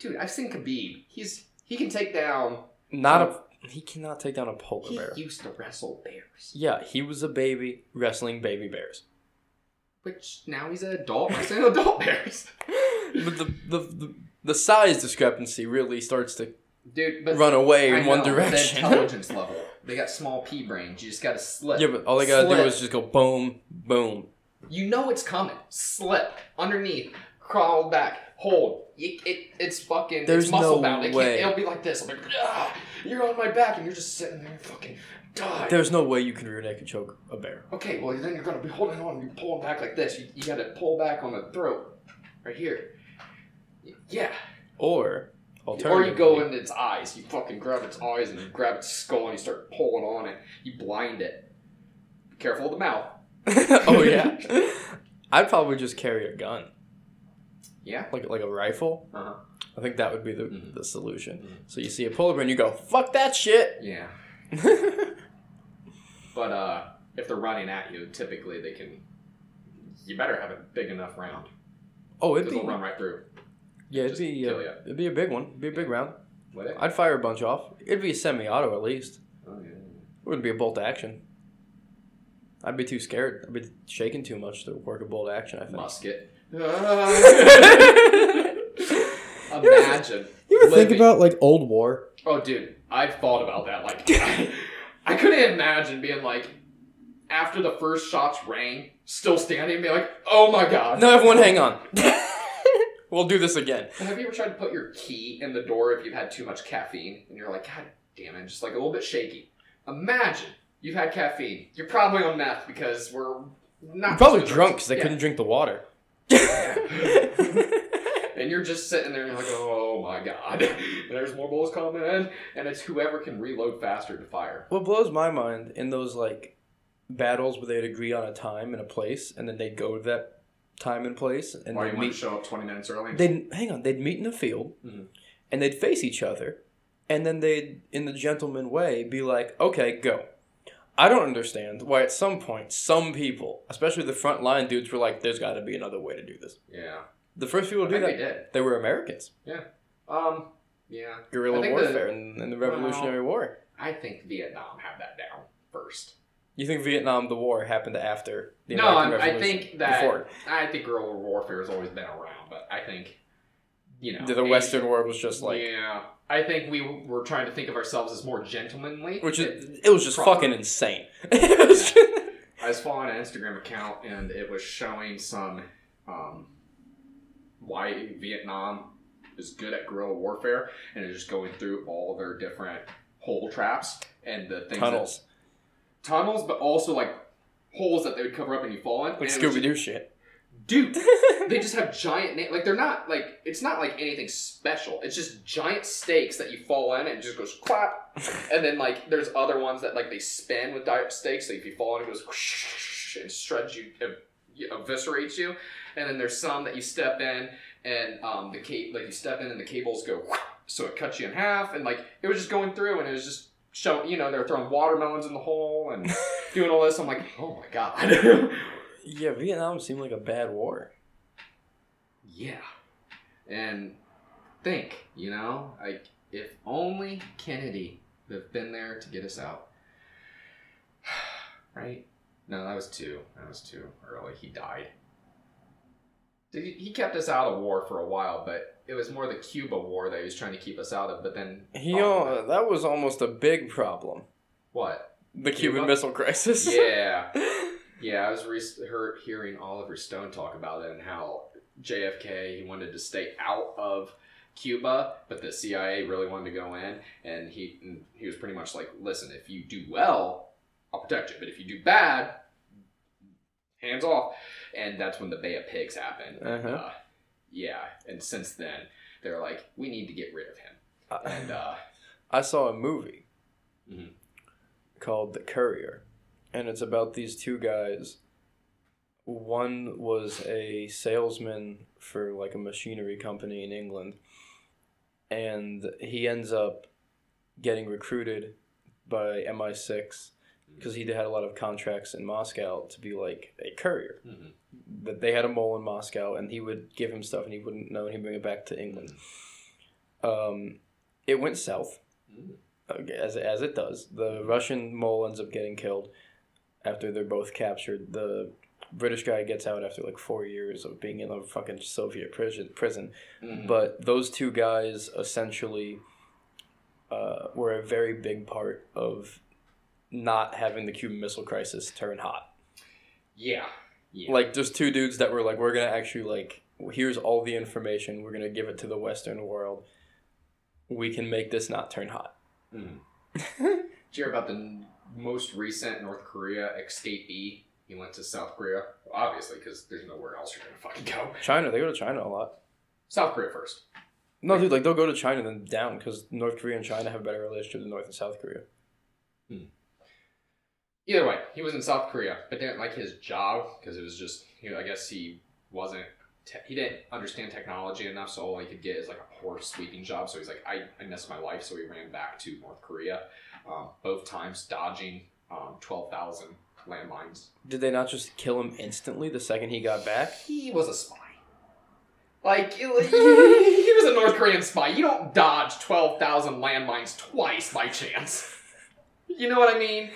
Speaker 2: Dude, I've seen Khabib. He's he can take down.
Speaker 3: Not a. He cannot take down a polar
Speaker 2: Um, He
Speaker 3: bear.
Speaker 2: used to wrestle bears,
Speaker 3: Yeah, he was a baby wrestling baby bears.
Speaker 2: which now he's an adult wrestling adult bears.
Speaker 3: But the the, the the size discrepancy really starts to
Speaker 2: Dude, but
Speaker 3: run away
Speaker 2: I
Speaker 3: in one
Speaker 2: know,
Speaker 3: direction.
Speaker 2: The intelligence level. They got small pea brains. You just gotta slip.
Speaker 3: yeah, but all they gotta do
Speaker 2: Slip.
Speaker 3: is just go boom, boom.
Speaker 2: You know it's coming. Slip underneath, crawl back, hold. It, it, it's fucking.
Speaker 3: There's
Speaker 2: it's muscle
Speaker 3: no
Speaker 2: bound. It can't-
Speaker 3: way.
Speaker 2: It'll be like this. I'll be, "Ah, you're on my back, and you're just sitting there, fucking die.
Speaker 3: There's no way you can rear naked choke a bear.
Speaker 2: Okay, well then you're gonna be holding on. You pulling back like this. You, you gotta pull back on the throat, right here. Yeah.
Speaker 3: Or
Speaker 2: Or
Speaker 3: alternatively,
Speaker 2: you go into its eyes. You fucking grab its eyes and you grab its skull and you start pulling on it. You blind it. Be careful of the mouth.
Speaker 3: oh yeah, I'd probably just carry a gun,
Speaker 2: Yeah.
Speaker 3: like like a rifle.
Speaker 2: Uh huh.
Speaker 3: I think that would be the,
Speaker 2: Mhm.
Speaker 3: the solution.
Speaker 2: Mhm.
Speaker 3: So you see a polar bear and you go, "Fuck that shit."
Speaker 2: Yeah. But uh, if they're running at you, typically they can. You better have a big enough round
Speaker 3: oh, it'd
Speaker 2: because
Speaker 3: be
Speaker 2: they'll run right through.
Speaker 3: yeah, it'd
Speaker 2: just
Speaker 3: be
Speaker 2: kill
Speaker 3: uh,
Speaker 2: ya.
Speaker 3: it'd be a big one, it'd be a big round.
Speaker 2: Would it?
Speaker 3: I'd fire a bunch off. It'd be a semi-auto at least.
Speaker 2: Oh, yeah.
Speaker 3: It wouldn't be a bolt action. I'd be too scared. I'd be shaking too much to work a bolt action. I think.
Speaker 2: Musket.
Speaker 3: you
Speaker 2: Imagine.
Speaker 3: ever think
Speaker 2: living-
Speaker 3: about like old war?
Speaker 2: Oh, dude, I've thought about that. Like, I couldn't imagine being like, after the first shots rang, still standing, and be like, oh my god.
Speaker 3: No, everyone, hang on. we'll do this again.
Speaker 2: Have you ever tried to put your key in the door if you've had too much caffeine and you're like, God damn it, just like a little bit shaky? Imagine you've had caffeine. You're probably on meth because we're not
Speaker 3: Probably
Speaker 2: just-
Speaker 3: drunk because they
Speaker 2: Yeah.
Speaker 3: couldn't drink the water.
Speaker 2: And you're just sitting there and you're like, oh my god. And there's more bullets coming in, and it's whoever can reload faster to fire.
Speaker 3: what blows my mind in those like battles where they'd agree on a time and a place, and then they'd go to that time and place, and
Speaker 2: Why
Speaker 3: they'd
Speaker 2: you want
Speaker 3: meet
Speaker 2: to show up 20 minutes early? and
Speaker 3: they'd hang on they'd meet in a field
Speaker 2: Mhm.
Speaker 3: and they'd face each other and then they'd in the gentleman way be like okay go i don't understand why at some point some people especially the front line dudes were like there's got to be another way to do this
Speaker 2: Yeah.
Speaker 3: the first people
Speaker 2: I
Speaker 3: to do
Speaker 2: think they
Speaker 3: that
Speaker 2: did.
Speaker 3: they were americans
Speaker 2: Um, yeah. I
Speaker 3: guerrilla
Speaker 2: think the-
Speaker 3: warfare and, and the
Speaker 2: Well-
Speaker 3: revolutionary war
Speaker 2: I think Vietnam had that down first.
Speaker 3: you think vietnam the war happened after the
Speaker 2: no,
Speaker 3: American
Speaker 2: I, I
Speaker 3: Revolution?
Speaker 2: think that
Speaker 3: before.
Speaker 2: I think guerrilla warfare has always been around, but I think you know
Speaker 3: the, the
Speaker 2: Asia-
Speaker 3: western world was just like
Speaker 2: yeah. I think we were trying to think of ourselves as more gentlemanly,
Speaker 3: which is it was just
Speaker 2: Proper.
Speaker 3: fucking insane It was just-
Speaker 2: I was following an Instagram account and it was showing some um, why Vietnam is good at guerrilla warfare and it was just going through all their different hole traps and the things
Speaker 3: tunnels
Speaker 2: that, tunnels, but also like holes that they would cover up and you fall in.
Speaker 3: like
Speaker 2: and it was
Speaker 3: scooby-doo shit
Speaker 2: just- dude, they just have giant na- like they're not like it's not like anything special. It's just giant stakes that you fall in and it just goes clap, and then like there's other ones that like they spin with di stakes. So if you fall in, it goes and shreds you, ev- eviscerates you. And then there's some that you step in and um, the cable like you step in and the cables go so it cuts you in half. And like it was just going through and it was just showing you know they're throwing watermelons in the hole and doing all this. I'm like oh my god.
Speaker 3: Yeah, Vietnam seemed like a bad war.
Speaker 2: Yeah. And think, you know, like if only Kennedy would have been there to get us out. right? No, that was too. That was too early. He died. Dude, He kept us out of war for a while, but it was more the Cuba war that he was trying to keep us out of. But then
Speaker 3: He uh, that was almost a big problem.
Speaker 2: what?
Speaker 3: The
Speaker 2: Cuba?
Speaker 3: Cuban Missile Crisis.
Speaker 2: Yeah, yeah. I was re- her- hearing Oliver Stone talk about it and how JFK he wanted to stay out of Cuba, but the CIA really wanted to go in, and he and he was pretty much like, "Listen, if you do well, I'll protect you, but if you do bad, hands off." And that's when the Bay of Pigs happened.
Speaker 3: Uh-huh.
Speaker 2: Uh, yeah, and since then they're like, "We need to get rid of him."
Speaker 3: I,
Speaker 2: And uh,
Speaker 3: I saw a movie
Speaker 2: Mhm.
Speaker 3: called The Courier, and it's about these two guys. One was a salesman for like a machinery company in England, and he ends up getting recruited by MI6 because he had a lot of contracts in Moscow to be like a courier.
Speaker 2: Mhm.
Speaker 3: That they had a mole in Moscow, and he would give him stuff, and he wouldn't know, and he'd bring it back to England. Um, it went south,
Speaker 2: Mm.
Speaker 3: uh, as as it does. The Russian mole ends up getting killed after they're both captured. The British guy gets out after like four years of being in a fucking Soviet prison. Prison,
Speaker 2: Mhm.
Speaker 3: but those two guys essentially uh, were a very big part of not having the Cuban Missile Crisis turn hot.
Speaker 2: yeah, yeah,
Speaker 3: Like, there's two dudes that were like, we're gonna actually like, here's all the information. We're gonna give it to the Western world. We can make this not turn hot.
Speaker 2: Mm. Did you hear about the n- most recent North Korea escapee? He went to South Korea, obviously, because there's nowhere else you're gonna fucking go.
Speaker 3: China, they go to China a lot.
Speaker 2: South Korea first.
Speaker 3: No, dude, like they'll go to China then down because North Korea and China have a better relationship than North and South Korea.
Speaker 2: Either way, he was in South Korea, but didn't like his job because it was just, you know, I guess he wasn't, te- he didn't understand technology enough, so all he could get is like a poor sweeping job. So he's like, I, I missed my life, so he ran back to North Korea, um, both times dodging um, 12,000 landmines.
Speaker 3: Did they not just kill him instantly the second he got back?
Speaker 2: He was a spy. Like, he, he was a North Korean spy. You don't dodge 12,000 landmines twice by chance. You know what I mean?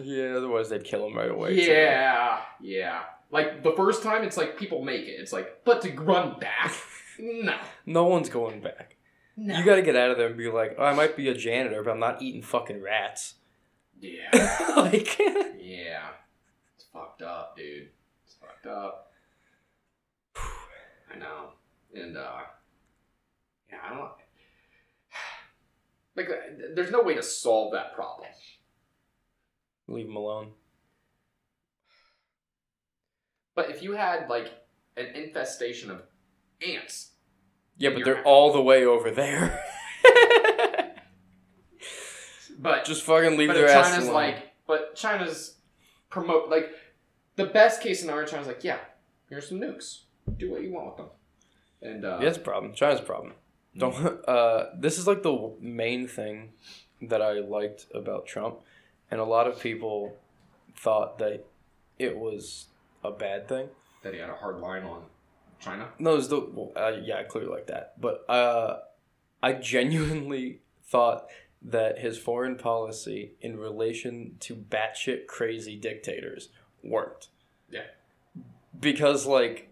Speaker 3: Yeah, otherwise they'd kill him right away. too.
Speaker 2: Yeah, yeah. Like the first time, it's like people make it. It's like, but to run back, no,
Speaker 3: No one's going back.
Speaker 2: no.
Speaker 3: You gotta get out of there and be like, oh, I might be a janitor, but I'm not eating fucking rats.
Speaker 2: yeah,
Speaker 3: like,
Speaker 2: yeah. It's fucked up, dude. It's fucked up. I know. And uh, yeah, I don't. Like, uh, there's no way to solve that problem.
Speaker 3: leave him alone.
Speaker 2: But if you had like an infestation of ants,
Speaker 3: Yeah,
Speaker 2: You're
Speaker 3: but they're
Speaker 2: right.
Speaker 3: all the way over there.
Speaker 2: but
Speaker 3: just fucking leave
Speaker 2: but
Speaker 3: their
Speaker 2: if
Speaker 3: ass
Speaker 2: China's
Speaker 3: alone.
Speaker 2: like, but China's promote like the best case scenario. China's like, yeah, here's some nukes. Do what you want with them. And uh,
Speaker 3: yeah, it's a problem. China's a problem. Don't. Uh, this is like the w- main thing that I liked about Trump, and a lot of people thought that it was a bad thing.
Speaker 2: that he had a hard line on China.
Speaker 3: No, it's the well, uh, yeah, clearly like that. But uh, I genuinely thought that his foreign policy in relation to batshit crazy dictators worked.
Speaker 2: Yeah.
Speaker 3: Because like,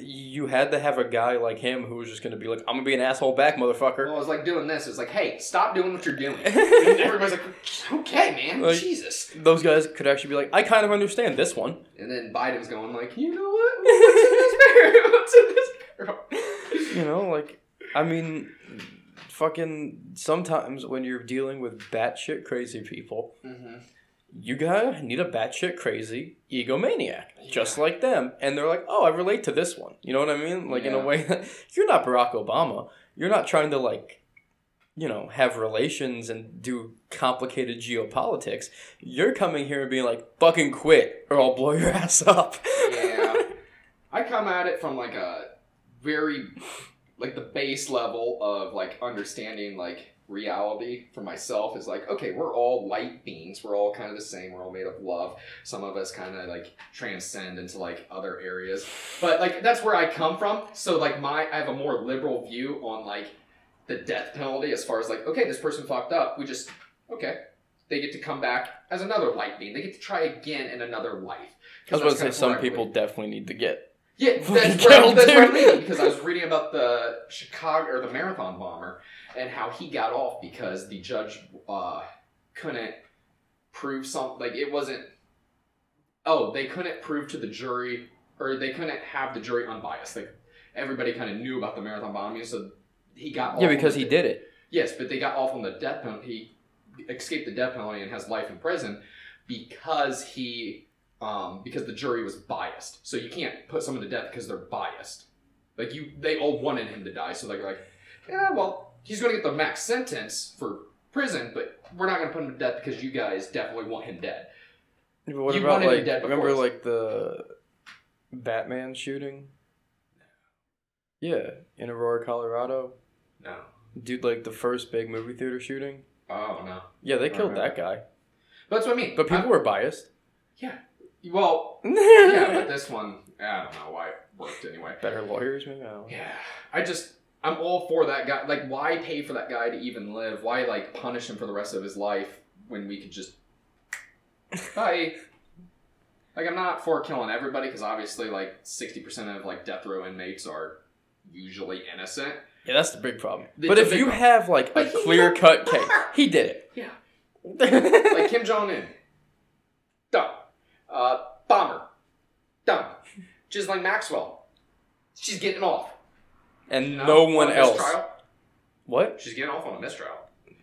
Speaker 3: you had to have a guy like him who was just gonna be like, "I'm gonna be an asshole back, motherfucker."
Speaker 2: Well, it's like doing this. It's like, hey, stop doing what you're doing. and everybody's like, okay, man,
Speaker 3: Like-
Speaker 2: Jesus.
Speaker 3: Those guys could actually be like, "I kind of understand this one."
Speaker 2: And then Biden's going like, you know what? What's in this barrel? What's in this barrel?
Speaker 3: You know, like, I mean, fucking. Sometimes when you're dealing with batshit crazy people.
Speaker 2: Mhm.
Speaker 3: you gotta need a batshit crazy egomaniac, just like them. And they're like, oh, I relate to this one. You know what I mean? Like, in a
Speaker 2: Yeah.
Speaker 3: way, that you're not Barack Obama. You're not trying to, like, you know, have relations and do complicated geopolitics. You're coming here and being like, fucking quit or I'll blow your ass up.
Speaker 2: Mm-hmm. yeah. I come at it from like a very like the base level of like understanding like reality for myself is like okay we're all light beings we're all kind of the same we're all made of love some of us kind of like transcend into like other areas but like that's where i come from so like my i have a more liberal view on like the death penalty as far as like okay this person fucked up we just okay they get to come back as another light being they get to try again in another life
Speaker 3: I was
Speaker 2: 'Cause
Speaker 3: about to
Speaker 2: that's
Speaker 3: say,
Speaker 2: kinda
Speaker 3: some
Speaker 2: where I believe.
Speaker 3: people definitely need to get.
Speaker 2: Yeah,
Speaker 3: Fucking
Speaker 2: that's where,
Speaker 3: killed,
Speaker 2: that's where I'm
Speaker 3: dude.
Speaker 2: leading because I was reading about the Chicago or the marathon bomber and how he got off because the judge uh, couldn't prove something. Like it wasn't. Oh, they couldn't prove to the jury, or they couldn't have the jury unbiased. Like everybody kind of knew about the marathon bombing, so he got off
Speaker 3: Yeah,
Speaker 2: on
Speaker 3: because
Speaker 2: the
Speaker 3: he
Speaker 2: de-
Speaker 3: did it.
Speaker 2: Yes, but they got off on the death penalty. He escaped the death penalty and has life in prison because he, um, because the jury was biased. So you can't put someone to death because they're biased. Like you, they all wanted him to die. So they're like, yeah, well, he's going to get the max sentence for prison, but we're not gonna put him to death because you guys definitely want him dead.
Speaker 3: But what
Speaker 2: You
Speaker 3: about
Speaker 2: wanted him
Speaker 3: like
Speaker 2: dead before
Speaker 3: remember
Speaker 2: us.
Speaker 3: like the Batman shooting? Yeah, in Aurora, Colorado.
Speaker 2: No.
Speaker 3: Dude, like the first big movie theater shooting.
Speaker 2: Oh no.
Speaker 3: Yeah, they
Speaker 2: I
Speaker 3: killed
Speaker 2: remember.
Speaker 3: that guy.
Speaker 2: That's what Uh-huh. I mean.
Speaker 3: But people were biased.
Speaker 2: I- well, yeah, but this one, I don't know why it worked anyway.
Speaker 3: Better lawyers, maybe. I don't know.
Speaker 2: Yeah, I just I'm all for that guy. Like, why pay for that guy to even live? Why like punish him for the rest of his life when we could just bye? Like, I'm not for killing everybody because obviously, like, sixty percent of like death row inmates are usually innocent.
Speaker 3: Yeah, that's the big problem.
Speaker 2: It's
Speaker 3: but
Speaker 2: a
Speaker 3: if
Speaker 2: big
Speaker 3: you
Speaker 2: problem.
Speaker 3: have like
Speaker 2: But
Speaker 3: a
Speaker 2: he-
Speaker 3: clear cut case, he did it.
Speaker 2: Yeah. Like
Speaker 3: like,
Speaker 2: Kim Jong Un, dumb. Uh, bomber, dumb. Just like Maxwell, she's getting off.
Speaker 3: and
Speaker 2: you know,
Speaker 3: no one
Speaker 2: on this
Speaker 3: else.
Speaker 2: trial.
Speaker 3: What?
Speaker 2: She's getting off on a mistrial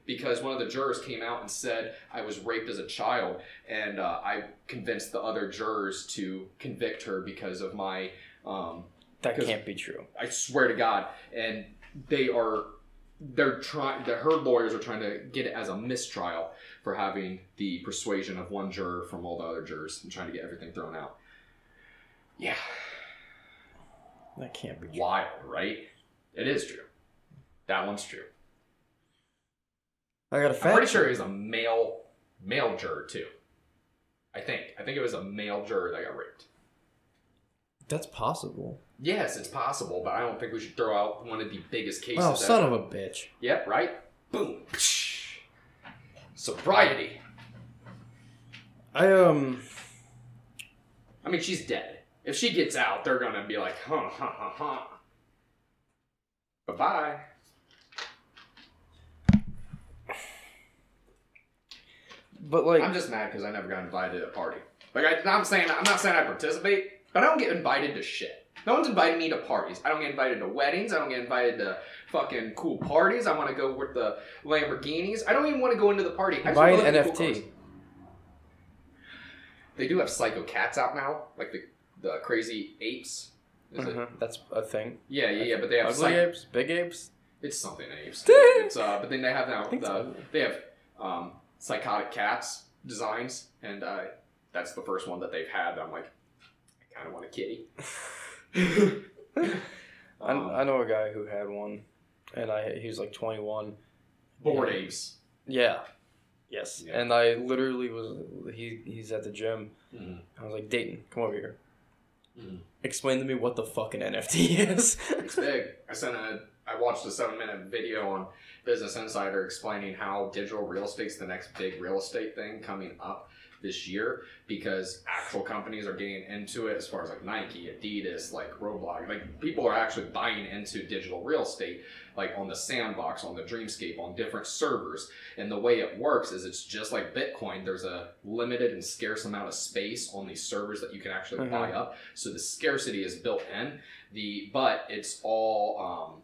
Speaker 2: because one of the jurors came out and said I was raped as a child, and uh, I convinced the other jurors to convict her because of my. Um,
Speaker 3: That
Speaker 2: 'Cause-
Speaker 3: can't be true.
Speaker 2: I swear to God, and they are they're trying. The her lawyers are trying to get it as a mistrial for having the persuasion of one juror from all the other jurors and trying to get everything thrown out. Yeah,
Speaker 3: That can't be true.
Speaker 2: wild, right? It is true. That one's true.
Speaker 3: I got
Speaker 2: I'm
Speaker 3: a fact.
Speaker 2: pretty sure it was a male male juror too. I think. I think it was a male juror that got raped.
Speaker 3: That's possible.
Speaker 2: Yes, it's possible, but I don't think we should throw out one of the biggest cases.
Speaker 3: Oh,
Speaker 2: that-
Speaker 3: son of a bitch.
Speaker 2: Yep, right? Boom. Psh. Sobriety.
Speaker 3: I um.
Speaker 2: I mean she's dead. If she gets out, they're gonna be like, huh huh huh huh. Bye bye.
Speaker 3: But like,
Speaker 2: I'm just mad because I never got invited to a party. Like I, I'm saying, I'm not saying I participate, but I don't get invited to shit. No one's invited me to parties. I don't get invited to weddings. I don't get invited to fucking cool parties. I want to go with the Lamborghinis. I don't even want to go into the party. I just
Speaker 3: buy
Speaker 2: wanna
Speaker 3: an
Speaker 2: look at the cool
Speaker 3: NFT.
Speaker 2: cars. they do have psycho cats out now, like the the crazy apes. Is it?
Speaker 3: Mhm, That's a thing.
Speaker 2: Yeah, yeah, yeah. But they have
Speaker 3: Ugly
Speaker 2: psycho.
Speaker 3: apes, big apes.
Speaker 2: It's something apes. it's uh, but then they have now
Speaker 3: think
Speaker 2: the,
Speaker 3: so.
Speaker 2: they have um, psychotic cats designs, and uh, that's the first one that they've had. that I'm like, I kind of want a kitty.
Speaker 3: I,
Speaker 2: Um,
Speaker 3: I know a guy who had one, and I he was like 21.
Speaker 2: bored apes.
Speaker 3: Yeah. Yes.
Speaker 2: Yeah.
Speaker 3: And I literally was he he's at the gym.
Speaker 2: Mm-hmm.
Speaker 3: I was like, Dayton, come over here.
Speaker 2: Mhm.
Speaker 3: Explain to me what the fuck an NFT is.
Speaker 2: It's big. I sent a. I watched a seven minute video on Business Insider explaining how digital real estate's the next big real estate thing coming up this year because actual companies are getting into it as far as like Nike, Adidas, like Roblox. Like people are actually buying into digital real estate, like on the sandbox, on the Dreamscape, on different servers. And the way it works is it's just like Bitcoin. There's a limited and scarce amount of space on these servers that you can actually
Speaker 3: Mhm.
Speaker 2: buy up. So the scarcity is built in. The but it's all um,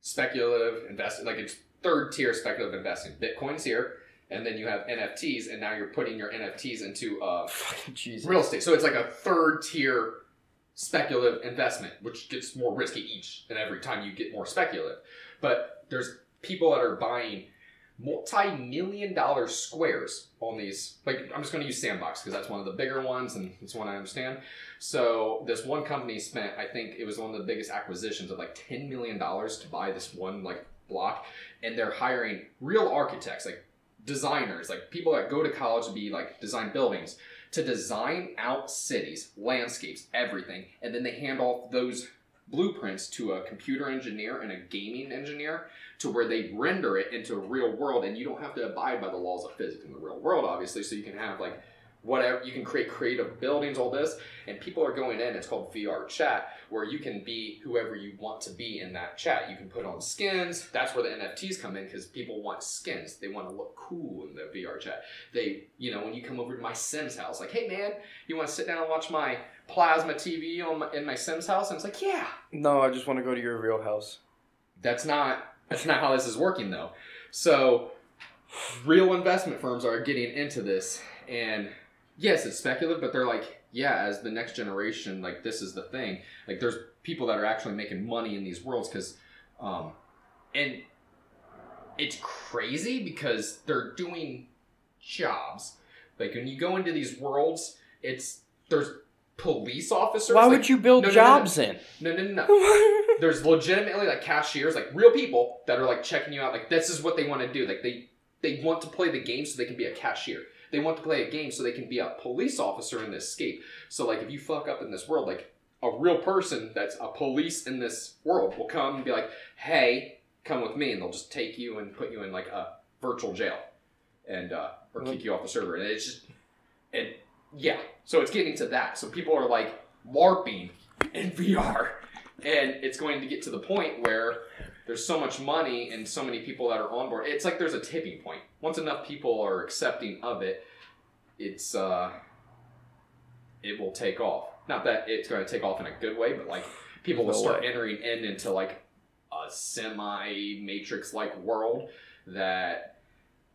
Speaker 2: speculative investing. Like it's third tier speculative investing. Bitcoin's here, and then you have NFTs, and now you're putting your NFTs into uh,
Speaker 3: Fucking Jesus.
Speaker 2: real estate. So it's like a third tier speculative investment, which gets more risky each and every time you get more speculative. But there's people that are buying multi-million dollar squares on these like i'm just going to use sandbox because that's one of the bigger ones and it's one i understand so this one company spent i think it was one of the biggest acquisitions of like 10 million dollars to buy this one like block and they're hiring real architects like designers like people that go to college to be like design buildings to design out cities, landscapes, everything, and then they hand off those blueprints to a computer engineer and a gaming engineer to where they render it into a real world and you don't have to abide by the laws of physics in the real world obviously so you can have like whatever you can create creative buildings all this and people are going in it's called VR chat where you can be whoever you want to be in that chat you can put on skins that's where the NFTs come in cuz people want skins they want to look cool in the VR chat they you know when you come over to my sims house like hey man you want to sit down and watch my plasma tv on my, in my sims house and it's like yeah
Speaker 3: No, I just want to go to your real house.
Speaker 2: that's not that's not how this is working though so real investment firms are getting into this and yes it's speculative but they're like yeah as the next generation like this is the thing like there's people that are actually making money in these worlds because um and it's crazy because they're doing jobs. Like when you go into these worlds, it's there's police officers.
Speaker 4: Why
Speaker 2: like,
Speaker 4: would you build
Speaker 2: no, no, no, no.
Speaker 4: jobs in?
Speaker 2: No, no, no, no. There's legitimately like cashiers, like real people that are like checking you out. Like this is what they want to do. Like they they want to play the game so they can be a cashier. They want to play a game so they can be a police officer and escape. So like if you fuck up in this world, like a real person that's a police in this world will come and be like, "Hey, come with me," and they'll just take you and put you in like a virtual jail, and uh, or kick you off the server. And it's just, it yeah. So it's getting to that. So people are like LARPing in VR, and it's going to get to the point where there's so much money and so many people that are on board. It's like there's a tipping point. Once enough people are accepting of it, it's uh, it will take off. Not that it's going to take off in a good way, but like people will
Speaker 4: No
Speaker 2: start entering in into like a semi matrix like world that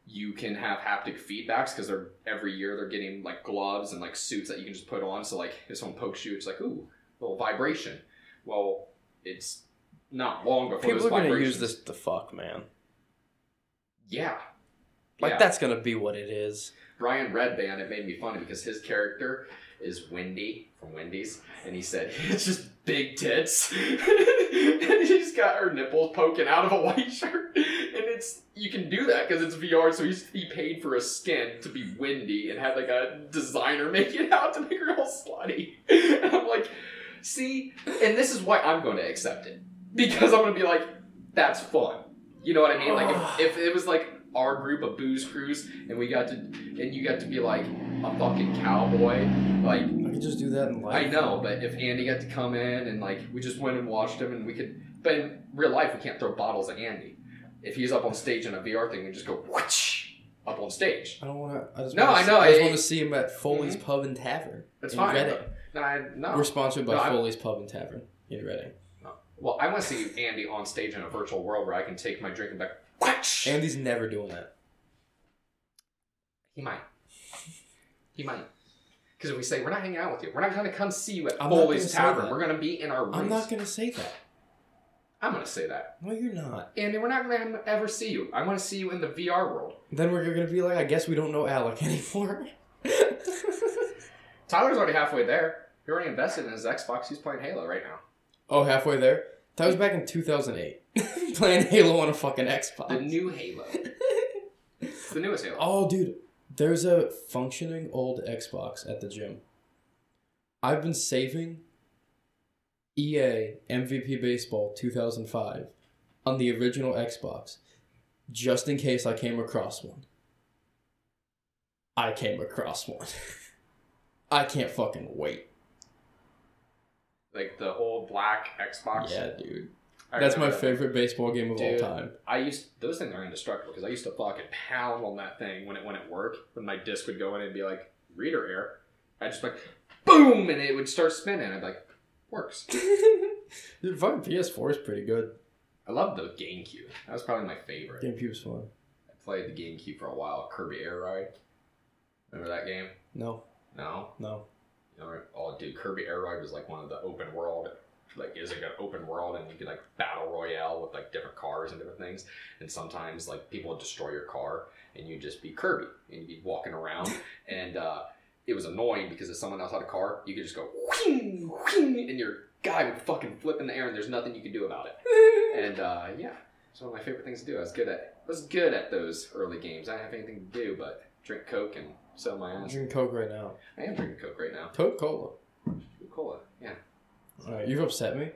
Speaker 2: you can have haptic feedbacks because they're every year they're getting like gloves and like suits that you can just put on. So like if someone pokes you, it's like ooh, little vibration. Well, it's not long before
Speaker 4: People
Speaker 2: those
Speaker 4: are gonna
Speaker 2: vibrations.
Speaker 4: use this to fuck, man.
Speaker 2: Yeah.
Speaker 4: Like
Speaker 2: yeah.
Speaker 4: that's gonna be what it is.
Speaker 2: Brian Redband, it made me funny because his character is Wendy from Wendy's, and he said it's just big tits, and he's got her nipples poking out of a white shirt, and it's you can do that because it's VR. So he's he paid for a skin to be Wendy and had like a designer make it out to make her all slutty, and I'm like, see, and this is why I'm going to accept it because I'm going to be like, that's fun. You know what I mean? Like if, if it was like our group of booze crews and we got to and you got to be like a fucking cowboy, like
Speaker 3: I could just do that in
Speaker 2: I
Speaker 3: life.
Speaker 2: know, but if Andy got to come in and like we just went and watched him and we could, but in real life we can't throw bottles at Andy. If he's up on stage in a VR thing, we just go whoosh up on stage.
Speaker 3: I don't want to. I just
Speaker 2: No,
Speaker 3: wanna
Speaker 2: I
Speaker 3: see-
Speaker 2: know,
Speaker 3: I just
Speaker 2: I-
Speaker 3: want to see him at Foley's Pub and Tavern.
Speaker 2: That's
Speaker 3: in
Speaker 2: fine.
Speaker 3: Reading.
Speaker 2: No, I, no.
Speaker 3: We're sponsored by
Speaker 2: No, I-
Speaker 3: Foley's Pub and Tavern in Reading.
Speaker 2: well, I want to see Andy on stage in a virtual world where I can take my drink and be like whoosh.
Speaker 3: Andy's never doing that.
Speaker 2: He might. He might. Because if we say we're not hanging out with you, we're not going to come see you at
Speaker 3: I'm not gonna
Speaker 2: Foley's
Speaker 3: say
Speaker 2: Tavern.
Speaker 3: that.
Speaker 2: We're going to be in our rooms.
Speaker 3: I'm not gonna say that.
Speaker 2: I'm going to say that.
Speaker 3: No, you're not.
Speaker 2: Andy, we're not going to ever see you. I want to see you in the VR world.
Speaker 3: Then we're gonna be like, I guess we don't know Alec anymore.
Speaker 2: Tyler's already halfway there. He already invested in his Xbox. He's playing Halo right now.
Speaker 3: oh, halfway there. That was back in 2008. Playing Halo on a fucking Xbox.
Speaker 2: The new Halo. it's the newest Halo.
Speaker 3: Oh, dude, there's a functioning old Xbox at the gym. I've been saving E EA MVP Baseball 2005 on the original Xbox just in case I came across one. I came across one. I can't fucking wait.
Speaker 2: Like the old black Xbox.
Speaker 3: Yeah, dude.
Speaker 2: I
Speaker 3: That's my
Speaker 2: remember that.
Speaker 3: favorite baseball game of
Speaker 2: Dude.
Speaker 3: all time.
Speaker 2: I used those things are indestructible because I used to fucking pound on that thing when it went at work. When my disc would go in and be like reader error, I would just like boom, and it would start spinning. I'd be like, works.
Speaker 3: Dude, fucking PS4 is pretty good.
Speaker 2: I loved the GameCube. That was probably my favorite.
Speaker 3: GameCube's fun.
Speaker 2: I played the GameCube for a while. Kirby Air Ride. Remember that game?
Speaker 3: No,
Speaker 2: No.
Speaker 3: no.
Speaker 2: You know, oh, dude, Kirby Air Ride was like one of the open world. Like, is like an open world, and you could like battle royale with like different cars and different things. And sometimes like people would destroy your car, and you'd just be Kirby, and you'd be walking around, and uh, it was annoying because if someone else had a car, you could just go whing, whing, and your guy would fucking flip in the air, and there's nothing you could do about it. And uh, yeah, it's one of my favorite things to do. I was good at I was good at those early games. I didn't have anything to do but drink coke and sell my
Speaker 3: I'm
Speaker 2: ass.
Speaker 3: drinking Coke right now.
Speaker 2: I am drinking coke right now.
Speaker 3: Coca Cola.
Speaker 2: Cola, yeah.
Speaker 3: All right, you've upset me,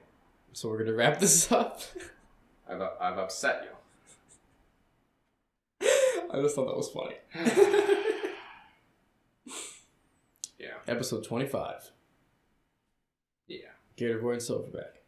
Speaker 3: so we're gonna wrap this up.
Speaker 2: I've, I've upset you.
Speaker 3: I just thought that was funny.
Speaker 2: Yeah.
Speaker 3: Episode twenty-five.
Speaker 2: Yeah.
Speaker 3: Gator Boy and Silverback.